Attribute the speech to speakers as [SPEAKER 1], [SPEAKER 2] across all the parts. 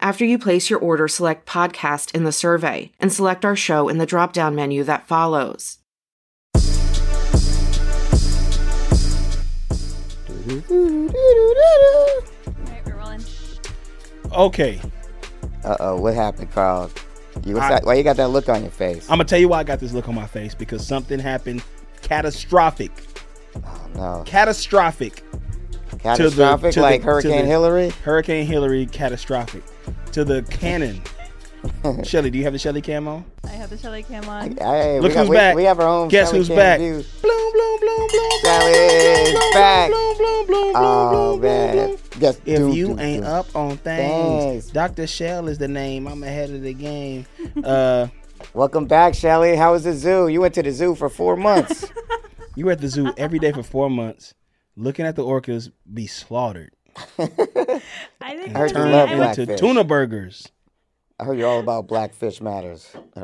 [SPEAKER 1] After you place your order, select podcast in the survey and select our show in the drop down menu that follows.
[SPEAKER 2] Okay,
[SPEAKER 3] Uh oh, what happened, Carl? You what's
[SPEAKER 2] I-
[SPEAKER 3] that, why you got that look on your face?
[SPEAKER 2] I'm gonna tell you why I got this look on my face because something happened catastrophic,
[SPEAKER 3] oh no,
[SPEAKER 2] catastrophic, to the-
[SPEAKER 3] catastrophic
[SPEAKER 2] to the-
[SPEAKER 3] like
[SPEAKER 2] to
[SPEAKER 3] Hurricane
[SPEAKER 2] the-
[SPEAKER 3] Hillary.
[SPEAKER 2] Hurricane Hillary, catastrophic to the cannon. Shelly, do you have the Shelly cam on?
[SPEAKER 4] I have the Shelly cam on.
[SPEAKER 3] Hey,
[SPEAKER 2] Look
[SPEAKER 3] we got,
[SPEAKER 2] who's
[SPEAKER 3] we,
[SPEAKER 2] back.
[SPEAKER 3] We have our own.
[SPEAKER 2] Guess
[SPEAKER 3] Sally
[SPEAKER 2] who's
[SPEAKER 3] King
[SPEAKER 2] back?
[SPEAKER 3] view.
[SPEAKER 2] Bloom, bloom, bloom, bloom, bloom,
[SPEAKER 3] Sally is
[SPEAKER 2] bloom,
[SPEAKER 3] back.
[SPEAKER 2] bloom, bloom, bloom, bloom,
[SPEAKER 3] Oh
[SPEAKER 2] bloom, bloom,
[SPEAKER 3] man,
[SPEAKER 2] bloom.
[SPEAKER 3] just
[SPEAKER 2] If
[SPEAKER 3] do,
[SPEAKER 2] you
[SPEAKER 3] do,
[SPEAKER 2] ain't
[SPEAKER 3] do.
[SPEAKER 2] up on things,
[SPEAKER 3] Thanks.
[SPEAKER 2] Dr. Shell is the name. I'm ahead of the game. Uh,
[SPEAKER 3] welcome back, Shelly. How was the zoo? You went to the zoo for four months.
[SPEAKER 2] you were at the zoo every day for four months, looking at the orcas be slaughtered,
[SPEAKER 4] I think
[SPEAKER 3] I heard you
[SPEAKER 4] I
[SPEAKER 3] love
[SPEAKER 4] went-
[SPEAKER 2] into
[SPEAKER 3] Blackfish.
[SPEAKER 2] tuna burgers.
[SPEAKER 3] I heard you're all about Blackfish Matters. uh,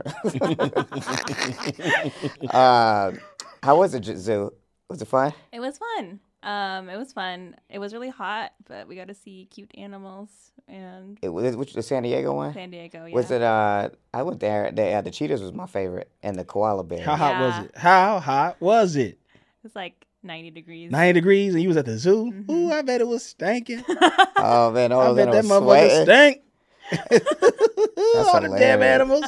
[SPEAKER 3] how was the j- zoo? Was it fun?
[SPEAKER 4] it was fun. Um, it was fun. It was really hot, but we got to see cute animals and
[SPEAKER 3] It was which the San Diego one.
[SPEAKER 4] San Diego. Yeah.
[SPEAKER 3] Was it? Uh, I went there. They, uh, the cheetahs was my favorite, and the koala bear.
[SPEAKER 2] How hot
[SPEAKER 4] Yeah.
[SPEAKER 2] was it? How hot was it?
[SPEAKER 4] It was like 90 degrees.
[SPEAKER 2] 90 degrees and you was at the zoo.
[SPEAKER 4] Mhm.
[SPEAKER 2] Ooh, I bet it was stinking.
[SPEAKER 3] Oh man, all
[SPEAKER 2] I
[SPEAKER 3] of them
[SPEAKER 2] bet that
[SPEAKER 3] was
[SPEAKER 2] motherfucker
[SPEAKER 3] sweating.
[SPEAKER 2] stank. all the damn
[SPEAKER 3] hilarious.
[SPEAKER 2] animals.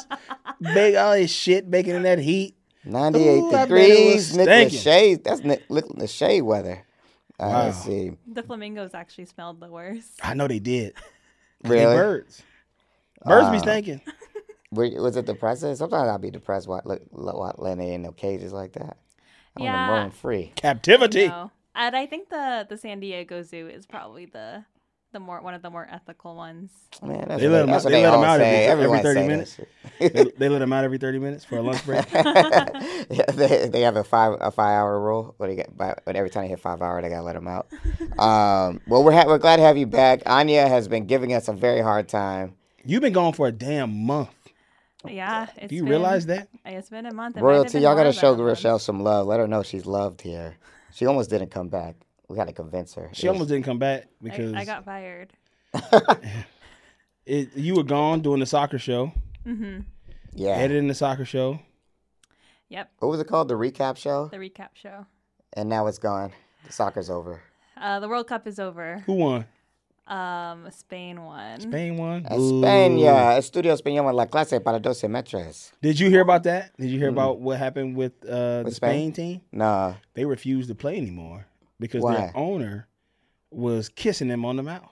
[SPEAKER 2] Bake all this shit baking in that heat.
[SPEAKER 3] Ninety-eight
[SPEAKER 2] Ooh, I bet it was
[SPEAKER 3] degrees. Nick
[SPEAKER 2] stinking.
[SPEAKER 3] Lachey. That's Nick, Nick Lachey weather. Uh,
[SPEAKER 2] Wow.
[SPEAKER 3] Let's see.
[SPEAKER 4] The flamingos actually smelled the worst.
[SPEAKER 2] I know they did. 'Cause
[SPEAKER 3] Really?
[SPEAKER 2] They birds. Birds be
[SPEAKER 3] Uh,
[SPEAKER 2] stinking.
[SPEAKER 3] Were, was it depressing? Sometimes I'll be depressed while, look, while laying in no cages like that. I want
[SPEAKER 4] Yeah.
[SPEAKER 3] them roam free.
[SPEAKER 2] Captivity.
[SPEAKER 4] No. And I think the the San Diego Zoo is probably the the more one of the more ethical ones.
[SPEAKER 3] Man, that's
[SPEAKER 2] They
[SPEAKER 3] what
[SPEAKER 2] let 'em out-
[SPEAKER 3] that's what
[SPEAKER 2] they let
[SPEAKER 3] all
[SPEAKER 2] 'em out every-
[SPEAKER 3] say.
[SPEAKER 2] every
[SPEAKER 3] Everyone
[SPEAKER 2] 30
[SPEAKER 3] say that
[SPEAKER 2] minutes.
[SPEAKER 3] shit.
[SPEAKER 2] they, they let them out every 30 minutes for a lunch break.
[SPEAKER 3] yeah, they, they have a five a five hour rule. What do you get? But but every time they hit five hour, they gotta let them out. Um, well, we're ha- we're glad to have you back. Anya has been giving us a very hard time.
[SPEAKER 2] You've been gone for a damn month.
[SPEAKER 4] Yeah. It's
[SPEAKER 2] Do you
[SPEAKER 4] been-
[SPEAKER 2] realize that?
[SPEAKER 4] It's been a month. It might have
[SPEAKER 3] Royalty,
[SPEAKER 4] been
[SPEAKER 3] y'all
[SPEAKER 4] more
[SPEAKER 3] gotta
[SPEAKER 4] than
[SPEAKER 3] show
[SPEAKER 4] a month.
[SPEAKER 3] Rochelle some love. Let her know she's loved here. She almost didn't come back. We gotta convince her.
[SPEAKER 2] She
[SPEAKER 3] It
[SPEAKER 2] almost
[SPEAKER 3] was-
[SPEAKER 2] didn't come back because
[SPEAKER 4] I, I got fired.
[SPEAKER 2] it, you were gone doing the soccer show,
[SPEAKER 4] hmm
[SPEAKER 3] Yeah.
[SPEAKER 2] editing the soccer show.
[SPEAKER 4] Yep.
[SPEAKER 3] What was it called? The recap show.
[SPEAKER 4] The recap show.
[SPEAKER 3] And now it's gone. The soccer's over.
[SPEAKER 4] Uh, the World Cup is over.
[SPEAKER 2] Who won?
[SPEAKER 4] Mm-hmm. Um, Spain won.
[SPEAKER 2] Spain won. Ooh.
[SPEAKER 3] España, Estudio Español la clase para 12 metros.
[SPEAKER 2] Did you hear about that? Did you hear about what happened with uh, the
[SPEAKER 3] With
[SPEAKER 2] Spain?
[SPEAKER 3] Spain?
[SPEAKER 2] team?
[SPEAKER 3] Nah.
[SPEAKER 2] They refused to play anymore because
[SPEAKER 3] Why?
[SPEAKER 2] their owner was kissing them on the mouth.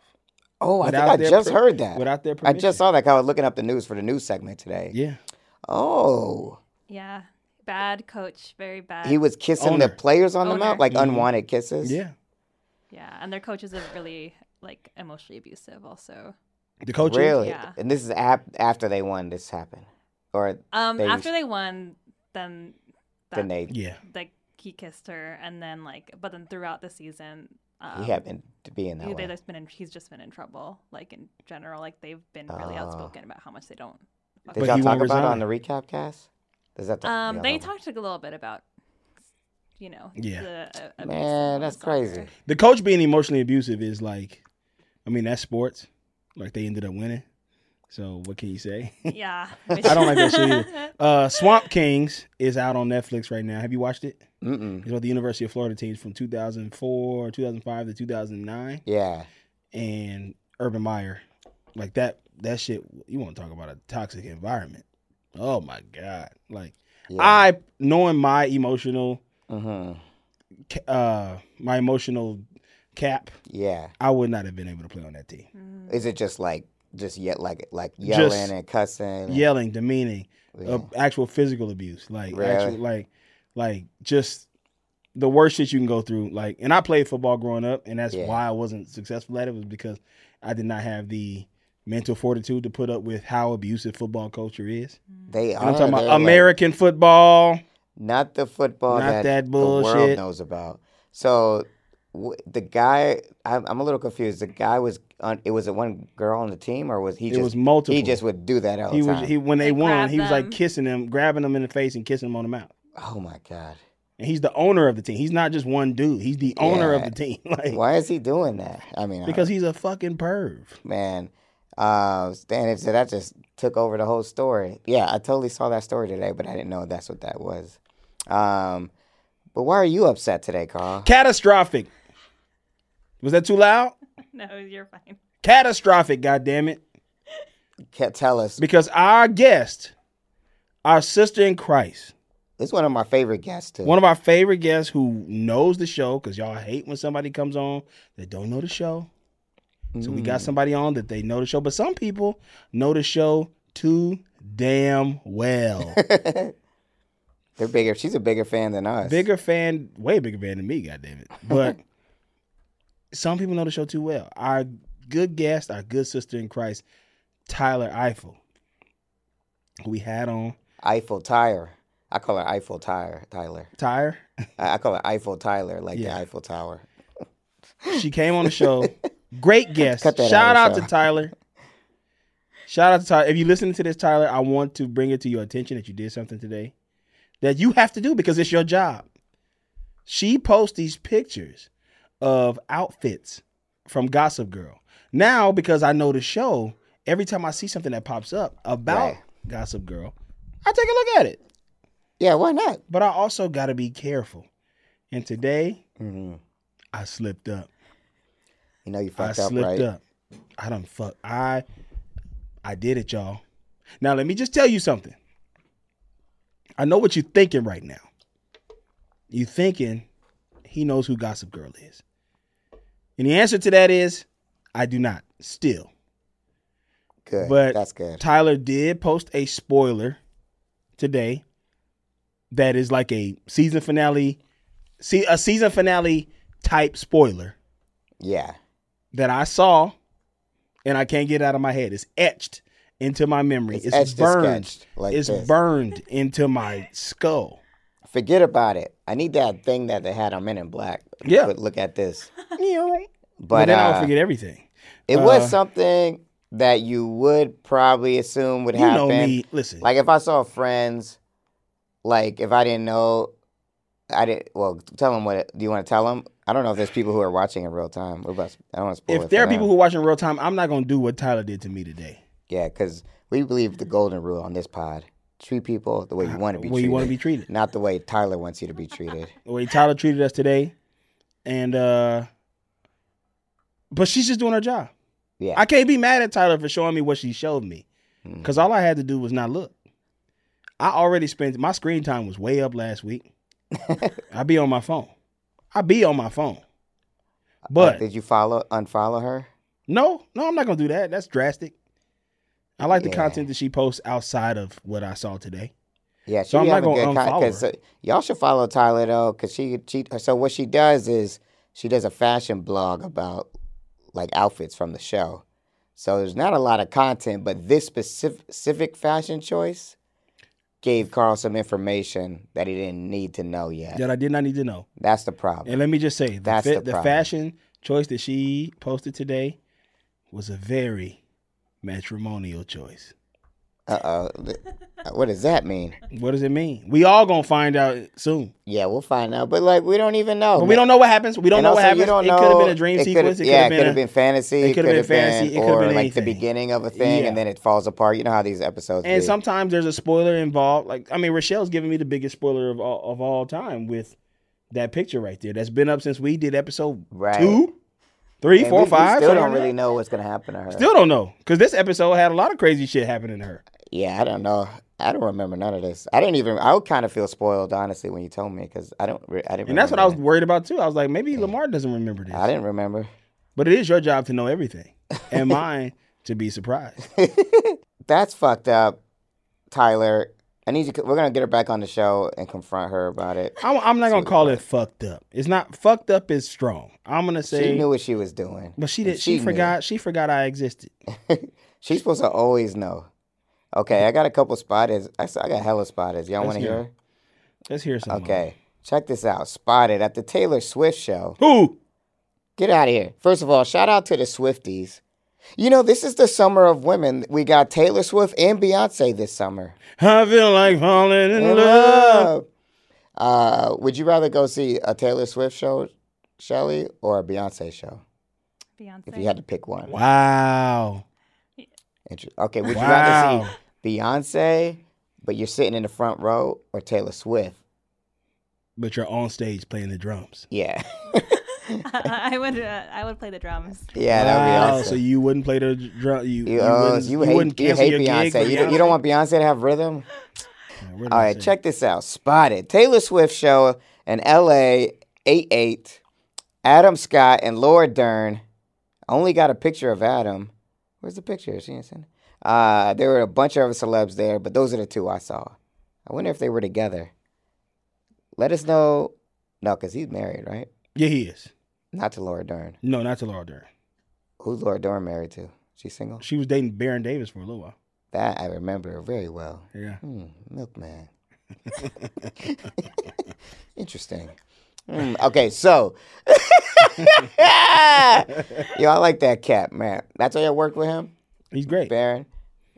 [SPEAKER 3] Oh, I
[SPEAKER 2] Without
[SPEAKER 3] think
[SPEAKER 2] their
[SPEAKER 3] I just
[SPEAKER 2] per-
[SPEAKER 3] heard that.
[SPEAKER 2] without their
[SPEAKER 3] I
[SPEAKER 2] permission.
[SPEAKER 3] just saw that. 'cause I was looking up the news for the news segment today.
[SPEAKER 2] Yeah,
[SPEAKER 3] Oh,
[SPEAKER 4] Yeah. Bad coach, very bad.
[SPEAKER 3] he was kissing
[SPEAKER 2] Owner.
[SPEAKER 3] the players on the
[SPEAKER 4] Owner.
[SPEAKER 3] mouth like
[SPEAKER 2] Mhm.
[SPEAKER 3] unwanted kisses.
[SPEAKER 2] yeah.
[SPEAKER 4] Yeah, and their coaches are really like emotionally abusive also.
[SPEAKER 2] The coach
[SPEAKER 3] really.
[SPEAKER 4] Yeah.
[SPEAKER 3] And this is ap- after they won. This happened, or
[SPEAKER 4] Um
[SPEAKER 3] They-
[SPEAKER 4] after they won, then
[SPEAKER 3] then
[SPEAKER 4] that,
[SPEAKER 3] they
[SPEAKER 2] Yeah,
[SPEAKER 4] like he kissed her and then like but then throughout the season um,
[SPEAKER 3] he happened to be in that
[SPEAKER 4] they-
[SPEAKER 3] way.
[SPEAKER 4] they've been in, he's just been in trouble like in general like they've been really
[SPEAKER 3] Ah.
[SPEAKER 4] outspoken about how much they don't fuck
[SPEAKER 2] But
[SPEAKER 3] Did
[SPEAKER 4] with
[SPEAKER 3] y'all
[SPEAKER 2] he
[SPEAKER 3] talk
[SPEAKER 2] won't
[SPEAKER 3] about it
[SPEAKER 2] resign.
[SPEAKER 3] on the recap cast? Does that?
[SPEAKER 4] Um,
[SPEAKER 3] yeah,
[SPEAKER 4] they
[SPEAKER 3] no.
[SPEAKER 4] talked a little bit about, you know,
[SPEAKER 2] Yeah.
[SPEAKER 4] the, uh, abuse
[SPEAKER 3] Man,
[SPEAKER 4] of
[SPEAKER 3] that's
[SPEAKER 4] soccer.
[SPEAKER 3] crazy.
[SPEAKER 2] The coach being emotionally abusive is like, I mean, that's sports. Like they ended up winning. So what can you say?
[SPEAKER 4] Yeah,
[SPEAKER 2] I don't like that shit either. Uh, Swamp Kings is out on Netflix right now. Have you watched it?
[SPEAKER 3] Mm-mm.
[SPEAKER 2] It's about the University of Florida teams from 2004, 2005 to 2009,
[SPEAKER 3] Yeah.
[SPEAKER 2] and Urban Meyer. Like that, that shit. You want to talk about a toxic environment? Oh my god! Like
[SPEAKER 3] yeah.
[SPEAKER 2] I knowing my emotional,
[SPEAKER 3] Mhm.
[SPEAKER 2] ca- uh, my emotional cap,
[SPEAKER 3] Yeah.
[SPEAKER 2] I would not have been able to play on that team.
[SPEAKER 4] Mm.
[SPEAKER 3] Is it just like just yet like like yelling
[SPEAKER 2] Just
[SPEAKER 3] and cussing? and-
[SPEAKER 2] Yelling, demeaning,
[SPEAKER 3] Mm-hmm. Yeah.
[SPEAKER 2] uh, actual physical abuse, like
[SPEAKER 3] Really?
[SPEAKER 2] actual, like like just the worst shit you can go through. Like, and I played football growing up, and that's
[SPEAKER 3] Yeah.
[SPEAKER 2] why I wasn't successful at it was because I did not have the mental fortitude to put up with how abusive football culture is.
[SPEAKER 3] They are.
[SPEAKER 2] I'm talking
[SPEAKER 3] they're,
[SPEAKER 2] about
[SPEAKER 3] like,
[SPEAKER 2] American football.
[SPEAKER 3] not the football
[SPEAKER 2] Not
[SPEAKER 3] that,
[SPEAKER 2] that
[SPEAKER 3] the world
[SPEAKER 2] bullshit.
[SPEAKER 3] knows about. So w- the guy, I'm, I'm a little confused. The guy was on. It was one girl on the team, or was he?
[SPEAKER 2] It
[SPEAKER 3] just,
[SPEAKER 2] was multiple.
[SPEAKER 3] He just would do that all
[SPEAKER 2] He
[SPEAKER 3] the
[SPEAKER 2] was
[SPEAKER 3] time.
[SPEAKER 2] he when they,
[SPEAKER 4] They
[SPEAKER 2] won,
[SPEAKER 4] grabbed
[SPEAKER 2] he was like
[SPEAKER 4] them.
[SPEAKER 2] kissing them, grabbing them in the face, and kissing them on the mouth.
[SPEAKER 3] oh my god!
[SPEAKER 2] And he's the owner of the team. He's not just one dude. He's the owner of
[SPEAKER 3] Yeah.
[SPEAKER 2] the team. Like
[SPEAKER 3] Why is he doing that? I mean, I-
[SPEAKER 2] because he's a fucking perv.
[SPEAKER 3] man, uh, Stan said that just took over the whole story. Yeah, I totally saw that story today, but I didn't know that's what that was. Um, but why are you upset today, Carl?
[SPEAKER 2] Catastrophic. Was that too loud?
[SPEAKER 4] No, you're fine.
[SPEAKER 2] Catastrophic, goddammit. it.
[SPEAKER 3] Ca- Tell us.
[SPEAKER 2] Because our guest, our sister in Christ,
[SPEAKER 3] It's one of my favorite guests too.
[SPEAKER 2] one of our favorite guests who knows the show, because y'all hate when somebody comes on that don't know the show. So we got somebody on that they know the show, but some people know the show too damn well.
[SPEAKER 3] They're bigger. She's a bigger fan than us.
[SPEAKER 2] bigger fan, way bigger fan than me, goddammit. But some people know the show too well. Our good guest, our good sister in Christ, Tyler Eiffel, who we had on
[SPEAKER 3] Eiffel Tyre. I call her Eiffel Tyre. Tyler.
[SPEAKER 2] Tyre.
[SPEAKER 3] I I call her Eiffel Tyler, like
[SPEAKER 2] Yeah.
[SPEAKER 3] the Eiffel Tower.
[SPEAKER 2] She came on the show. Great guest.
[SPEAKER 3] Cut that
[SPEAKER 2] Shout out,
[SPEAKER 3] out, Michelle.
[SPEAKER 2] to Tyler. Shout out to Tyler. If you listen to this, Tyler, I want to bring it to your attention that you did something today that you have to do because it's your job. She posts these pictures of outfits from Gossip Girl. Now, because I know the show, every time I see something that pops up about
[SPEAKER 3] Right.
[SPEAKER 2] Gossip Girl, I take a look at it.
[SPEAKER 3] Yeah, why not?
[SPEAKER 2] But I also got to be careful. And today,
[SPEAKER 3] Mhm.
[SPEAKER 2] I slipped up.
[SPEAKER 3] You know you
[SPEAKER 2] I
[SPEAKER 3] fucked up,
[SPEAKER 2] slipped
[SPEAKER 3] right?
[SPEAKER 2] up. I done fuck. I I did it, y'all. Now let me just tell you something. I know what you're thinking right now. You thinking he knows who Gossip Girl is. And the answer to that is I do not. Still.
[SPEAKER 3] Good.
[SPEAKER 2] But
[SPEAKER 3] that's good.
[SPEAKER 2] Tyler did post a spoiler today that is like a season finale see a season finale type spoiler
[SPEAKER 3] yeah.
[SPEAKER 2] that I saw and I can't get out of my head. It's etched into my memory.
[SPEAKER 3] It's
[SPEAKER 2] It's,
[SPEAKER 3] etched and
[SPEAKER 2] burned.
[SPEAKER 3] sketched like
[SPEAKER 2] it's
[SPEAKER 3] this.
[SPEAKER 2] burned into my skull.
[SPEAKER 3] Forget about it. I need that thing that they had on Men in Black.
[SPEAKER 2] Yeah.
[SPEAKER 3] But look at this.
[SPEAKER 2] but,
[SPEAKER 3] But,
[SPEAKER 2] then I'll
[SPEAKER 3] uh,
[SPEAKER 2] forget everything.
[SPEAKER 3] it was
[SPEAKER 2] Uh,
[SPEAKER 3] something that you would probably assume would
[SPEAKER 2] You
[SPEAKER 3] happen.
[SPEAKER 2] know me. Listen,
[SPEAKER 3] Like if I saw friends, like if I didn't know, I didn't. Well, tell them what. Do you want to tell them? I don't know if there's people who are watching in real time. We're about. I don't want to spoil
[SPEAKER 2] if there are people who watch in real time, I'm not gonna do what Tyler did to me today.
[SPEAKER 3] yeah, because we believe the golden rule on this pod: treat people the way you want to be
[SPEAKER 2] Where
[SPEAKER 3] treated,
[SPEAKER 2] you want to be treated.
[SPEAKER 3] not the way Tyler wants you to be treated.
[SPEAKER 2] The way Tyler treated us today, and uh but she's just doing her job.
[SPEAKER 3] Yeah,
[SPEAKER 2] I can't be mad at Tyler for showing me what she showed me.
[SPEAKER 3] Hmm.
[SPEAKER 2] Because all I had to do was not look. I already spent my screen time was way up last week. I be on my phone. I be on my phone.
[SPEAKER 3] Like,
[SPEAKER 2] But
[SPEAKER 3] did you follow unfollow her?
[SPEAKER 2] no, no, I'm not gonna do that. That's drastic. I like
[SPEAKER 3] Yeah.
[SPEAKER 2] the content that she posts outside of what I saw today.
[SPEAKER 3] Yeah, she
[SPEAKER 2] So
[SPEAKER 3] be
[SPEAKER 2] I'm not
[SPEAKER 3] having
[SPEAKER 2] gonna
[SPEAKER 3] good con-
[SPEAKER 2] unfollow
[SPEAKER 3] 'cause,
[SPEAKER 2] her.
[SPEAKER 3] uh, y'all should follow Tyler though, because she she. So what she does is she does a fashion blog about like outfits from the show. So there's not a lot of content, but this specific, specific fashion choice gave Carl some information that he didn't need to know yet.
[SPEAKER 2] That I did not need to know.
[SPEAKER 3] That's the problem.
[SPEAKER 2] And let me just say, the,
[SPEAKER 3] That's
[SPEAKER 2] fa-
[SPEAKER 3] the
[SPEAKER 2] the
[SPEAKER 3] problem.
[SPEAKER 2] fashion choice that she posted today was a very matrimonial choice.
[SPEAKER 3] Uh oh. What does that mean?
[SPEAKER 2] What does it mean? We all gonna find out soon.
[SPEAKER 3] Yeah, we'll find out. But like, we don't even know.
[SPEAKER 2] But we don't know what happens. We don't know what happens.
[SPEAKER 3] You don't
[SPEAKER 2] it
[SPEAKER 3] know,
[SPEAKER 2] could have been a dream
[SPEAKER 3] it could've-
[SPEAKER 2] sequence. It
[SPEAKER 3] yeah, it
[SPEAKER 2] could
[SPEAKER 3] could have
[SPEAKER 2] have
[SPEAKER 3] been fantasy.
[SPEAKER 2] it could've been fantasy, it could've
[SPEAKER 3] or
[SPEAKER 2] been
[SPEAKER 3] like the
[SPEAKER 2] anything.
[SPEAKER 3] beginning of a thing,
[SPEAKER 2] Yeah.
[SPEAKER 3] and then it falls apart. You know how these episodes.
[SPEAKER 2] And
[SPEAKER 3] be.
[SPEAKER 2] sometimes there's a spoiler involved. Like I mean, Rochelle's giving me the biggest spoiler of all, of all time with that picture right there. That's been up since we did episode
[SPEAKER 3] Right.
[SPEAKER 2] two, three,
[SPEAKER 3] And
[SPEAKER 2] four,
[SPEAKER 3] we- we
[SPEAKER 2] five,
[SPEAKER 3] still
[SPEAKER 2] something
[SPEAKER 3] don't
[SPEAKER 2] like
[SPEAKER 3] really
[SPEAKER 2] that.
[SPEAKER 3] know what's gonna happen to her.
[SPEAKER 2] Still don't know because this episode had a lot of crazy shit happening to her.
[SPEAKER 3] Yeah, I don't know. I don't remember none of this. I didn't even. I would kind of feel spoiled, honestly, when you told me because I don't. Re- I didn't.
[SPEAKER 2] And that's what I was
[SPEAKER 3] remember
[SPEAKER 2] worried about too. I was like, maybe Lamar doesn't remember
[SPEAKER 3] that. I
[SPEAKER 2] this.
[SPEAKER 3] didn't remember.
[SPEAKER 2] But it is your job to know everything. And mine to be surprised.
[SPEAKER 3] That's fucked up, Tyler. I need you. to- We're gonna get her back on the show and confront her about it.
[SPEAKER 2] I'm, I'm not gonna call it fucked up. It's not fucked up is strong. I'm gonna say
[SPEAKER 3] She knew what she was doing,
[SPEAKER 2] But she did she,
[SPEAKER 3] She knew.
[SPEAKER 2] forgot she forgot I existed.
[SPEAKER 3] She's supposed to always know. Okay, I got a couple spotters. I s- I got hella spotters. Y'all want to
[SPEAKER 2] hear
[SPEAKER 3] hear?
[SPEAKER 2] Let's hear some. of
[SPEAKER 3] Okay, check this out. Spotted at the Taylor Swift show.
[SPEAKER 2] it. Who?
[SPEAKER 3] Get out of here. First of all, shout out to the Swifties. You know, this is the summer of women. We got Taylor Swift and Beyonce this summer.
[SPEAKER 2] I feel like falling in
[SPEAKER 3] In
[SPEAKER 2] love.
[SPEAKER 3] love. Uh, would you rather go see a Taylor Swift show, Shelly, or a Beyonce show?
[SPEAKER 4] Beyonce.
[SPEAKER 3] If you had to pick one.
[SPEAKER 2] Wow.
[SPEAKER 3] Inter- Okay, would you rather
[SPEAKER 2] Wow.
[SPEAKER 3] see Beyonce, but you're sitting in the front row, or Taylor Swift?
[SPEAKER 2] But you're on stage playing the drums.
[SPEAKER 3] Yeah.
[SPEAKER 4] I, I would. Uh, I would play the drums.
[SPEAKER 3] yeah, that
[SPEAKER 2] wow.
[SPEAKER 3] would be awesome.
[SPEAKER 2] So you wouldn't play the drum you,
[SPEAKER 3] You,
[SPEAKER 2] you
[SPEAKER 3] oh,
[SPEAKER 2] wouldn't,
[SPEAKER 3] you
[SPEAKER 2] you
[SPEAKER 3] hate,
[SPEAKER 2] wouldn't
[SPEAKER 3] you
[SPEAKER 2] cancel
[SPEAKER 3] hate
[SPEAKER 2] your
[SPEAKER 3] Beyonce.
[SPEAKER 2] gig for
[SPEAKER 3] You, don't- you don't want Beyonce to have rhythm?
[SPEAKER 2] Yeah, what did
[SPEAKER 3] All
[SPEAKER 2] I
[SPEAKER 3] right,
[SPEAKER 2] say?
[SPEAKER 3] check this out. Spotted Taylor Swift show in LA 88. Adam Scott and Laura Dern only got a picture of Adam. Where's the picture? She didn't send it. Uh, there were a bunch of other celebs there, but those are the two I saw. I wonder if they were together. Let us know. No, because he's married, right?
[SPEAKER 2] Yeah, he is.
[SPEAKER 3] Not to Laura Dern.
[SPEAKER 2] No, not to Laura Dern.
[SPEAKER 3] Who's Laura Dern married to? She's single?
[SPEAKER 2] She was dating Baron Davis for a little while.
[SPEAKER 3] That I remember very well.
[SPEAKER 2] Yeah.
[SPEAKER 3] Hmm, milkman. Interesting. Hmm, okay, so. Yo, I like that cat, man. That's how y'all worked with him,
[SPEAKER 2] He's great.
[SPEAKER 3] Baron.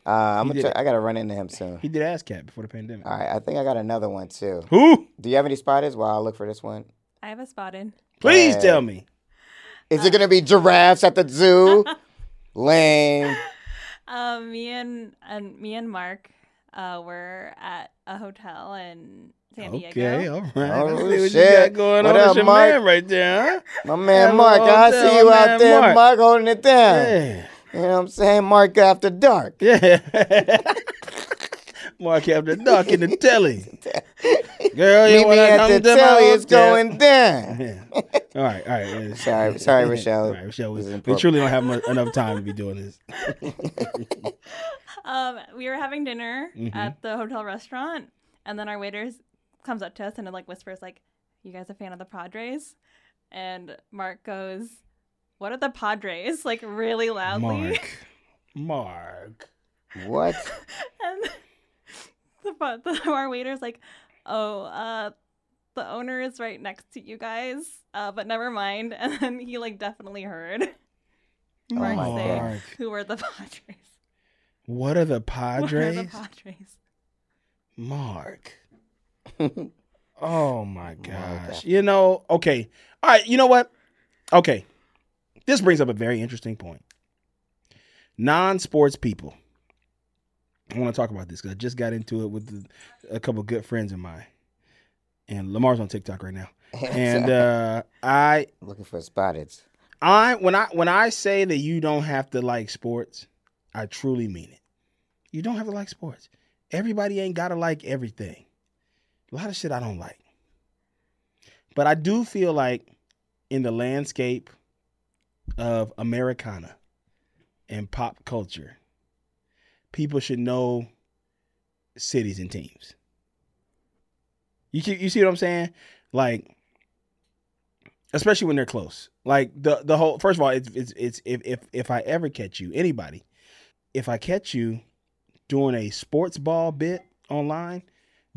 [SPEAKER 3] Uh, I'm
[SPEAKER 2] He
[SPEAKER 3] gonna
[SPEAKER 2] did
[SPEAKER 3] try, I gotta run into him soon.
[SPEAKER 2] He did ass cat before the pandemic.
[SPEAKER 3] All right, I think I got another one too.
[SPEAKER 2] Who?
[SPEAKER 3] Do you have any spiders? Well, I'll look for this one.
[SPEAKER 4] I have a spotted.
[SPEAKER 2] Please
[SPEAKER 3] Hey.
[SPEAKER 2] tell me.
[SPEAKER 3] Is it gonna be giraffes at the zoo? Lame.
[SPEAKER 4] Um, me and and me and Mark uh, were at a hotel in San Diego.
[SPEAKER 2] Okay, all right.
[SPEAKER 3] Oh,
[SPEAKER 2] Let's see what you got
[SPEAKER 3] shit.
[SPEAKER 2] going
[SPEAKER 3] What
[SPEAKER 2] on
[SPEAKER 3] up,
[SPEAKER 2] with your
[SPEAKER 3] Mark?
[SPEAKER 2] man right there, huh?
[SPEAKER 3] My man
[SPEAKER 2] Hello,
[SPEAKER 3] Mark, I
[SPEAKER 2] hotel,
[SPEAKER 3] see you
[SPEAKER 2] my
[SPEAKER 3] out
[SPEAKER 2] man
[SPEAKER 3] there, Mark.
[SPEAKER 2] Mark.
[SPEAKER 3] holding it down.
[SPEAKER 2] Yeah.
[SPEAKER 3] You know what I'm saying? Mark after dark.
[SPEAKER 2] Yeah. Mark kept the duck in the telly. Girl, you
[SPEAKER 3] Meet me
[SPEAKER 2] want to
[SPEAKER 3] at
[SPEAKER 2] come
[SPEAKER 3] the
[SPEAKER 2] to
[SPEAKER 3] telly,
[SPEAKER 2] my
[SPEAKER 3] it's
[SPEAKER 2] hotel?
[SPEAKER 3] going down.
[SPEAKER 2] Yeah. All right, all right. yeah.
[SPEAKER 3] Sorry- sorry, Rochelle.
[SPEAKER 2] All right, Rochelle,
[SPEAKER 3] This is
[SPEAKER 2] we, we
[SPEAKER 3] inappropriate.
[SPEAKER 2] truly don't have mu- enough time to be doing this.
[SPEAKER 4] Um, we were having dinner
[SPEAKER 2] Mm-hmm.
[SPEAKER 4] at the hotel restaurant, and then our waiters comes up to us and like whispers like, "You guys a fan of the Padres?" And Mark goes, "What are the Padres?" Like really loudly.
[SPEAKER 2] Mark, Mark.
[SPEAKER 3] What?
[SPEAKER 4] And the, fa- the our waiter's like, "Oh, uh, the owner is right next to you guys, uh, but never mind." And then he like definitely heard
[SPEAKER 3] my
[SPEAKER 4] Mark say,
[SPEAKER 2] Oh God.
[SPEAKER 4] "Who were the Padres?"
[SPEAKER 2] What are the
[SPEAKER 4] What are
[SPEAKER 2] Padres?
[SPEAKER 4] the Padres?
[SPEAKER 2] Mark. oh my gosh. You know, okay. All right, you know what? Okay. This brings up a very interesting point. Non sports people. I want to talk about this because I just got into it with a couple good friends of mine. And Lamar's on TikTok right now. And uh, I
[SPEAKER 3] Looking for spotted.
[SPEAKER 2] I when I when I say that you don't have to like sports, I truly mean it. You don't have to like sports. Everybody ain't gotta like everything. A lot of shit I don't like. But I do feel like in the landscape of Americana and pop culture, people should know cities and teams. You see- you see what I'm saying? Like especially when they're close. Like the the whole first of all, it's it's, it's if, if if I ever catch you, anybody, if I catch you doing a sports ball bit online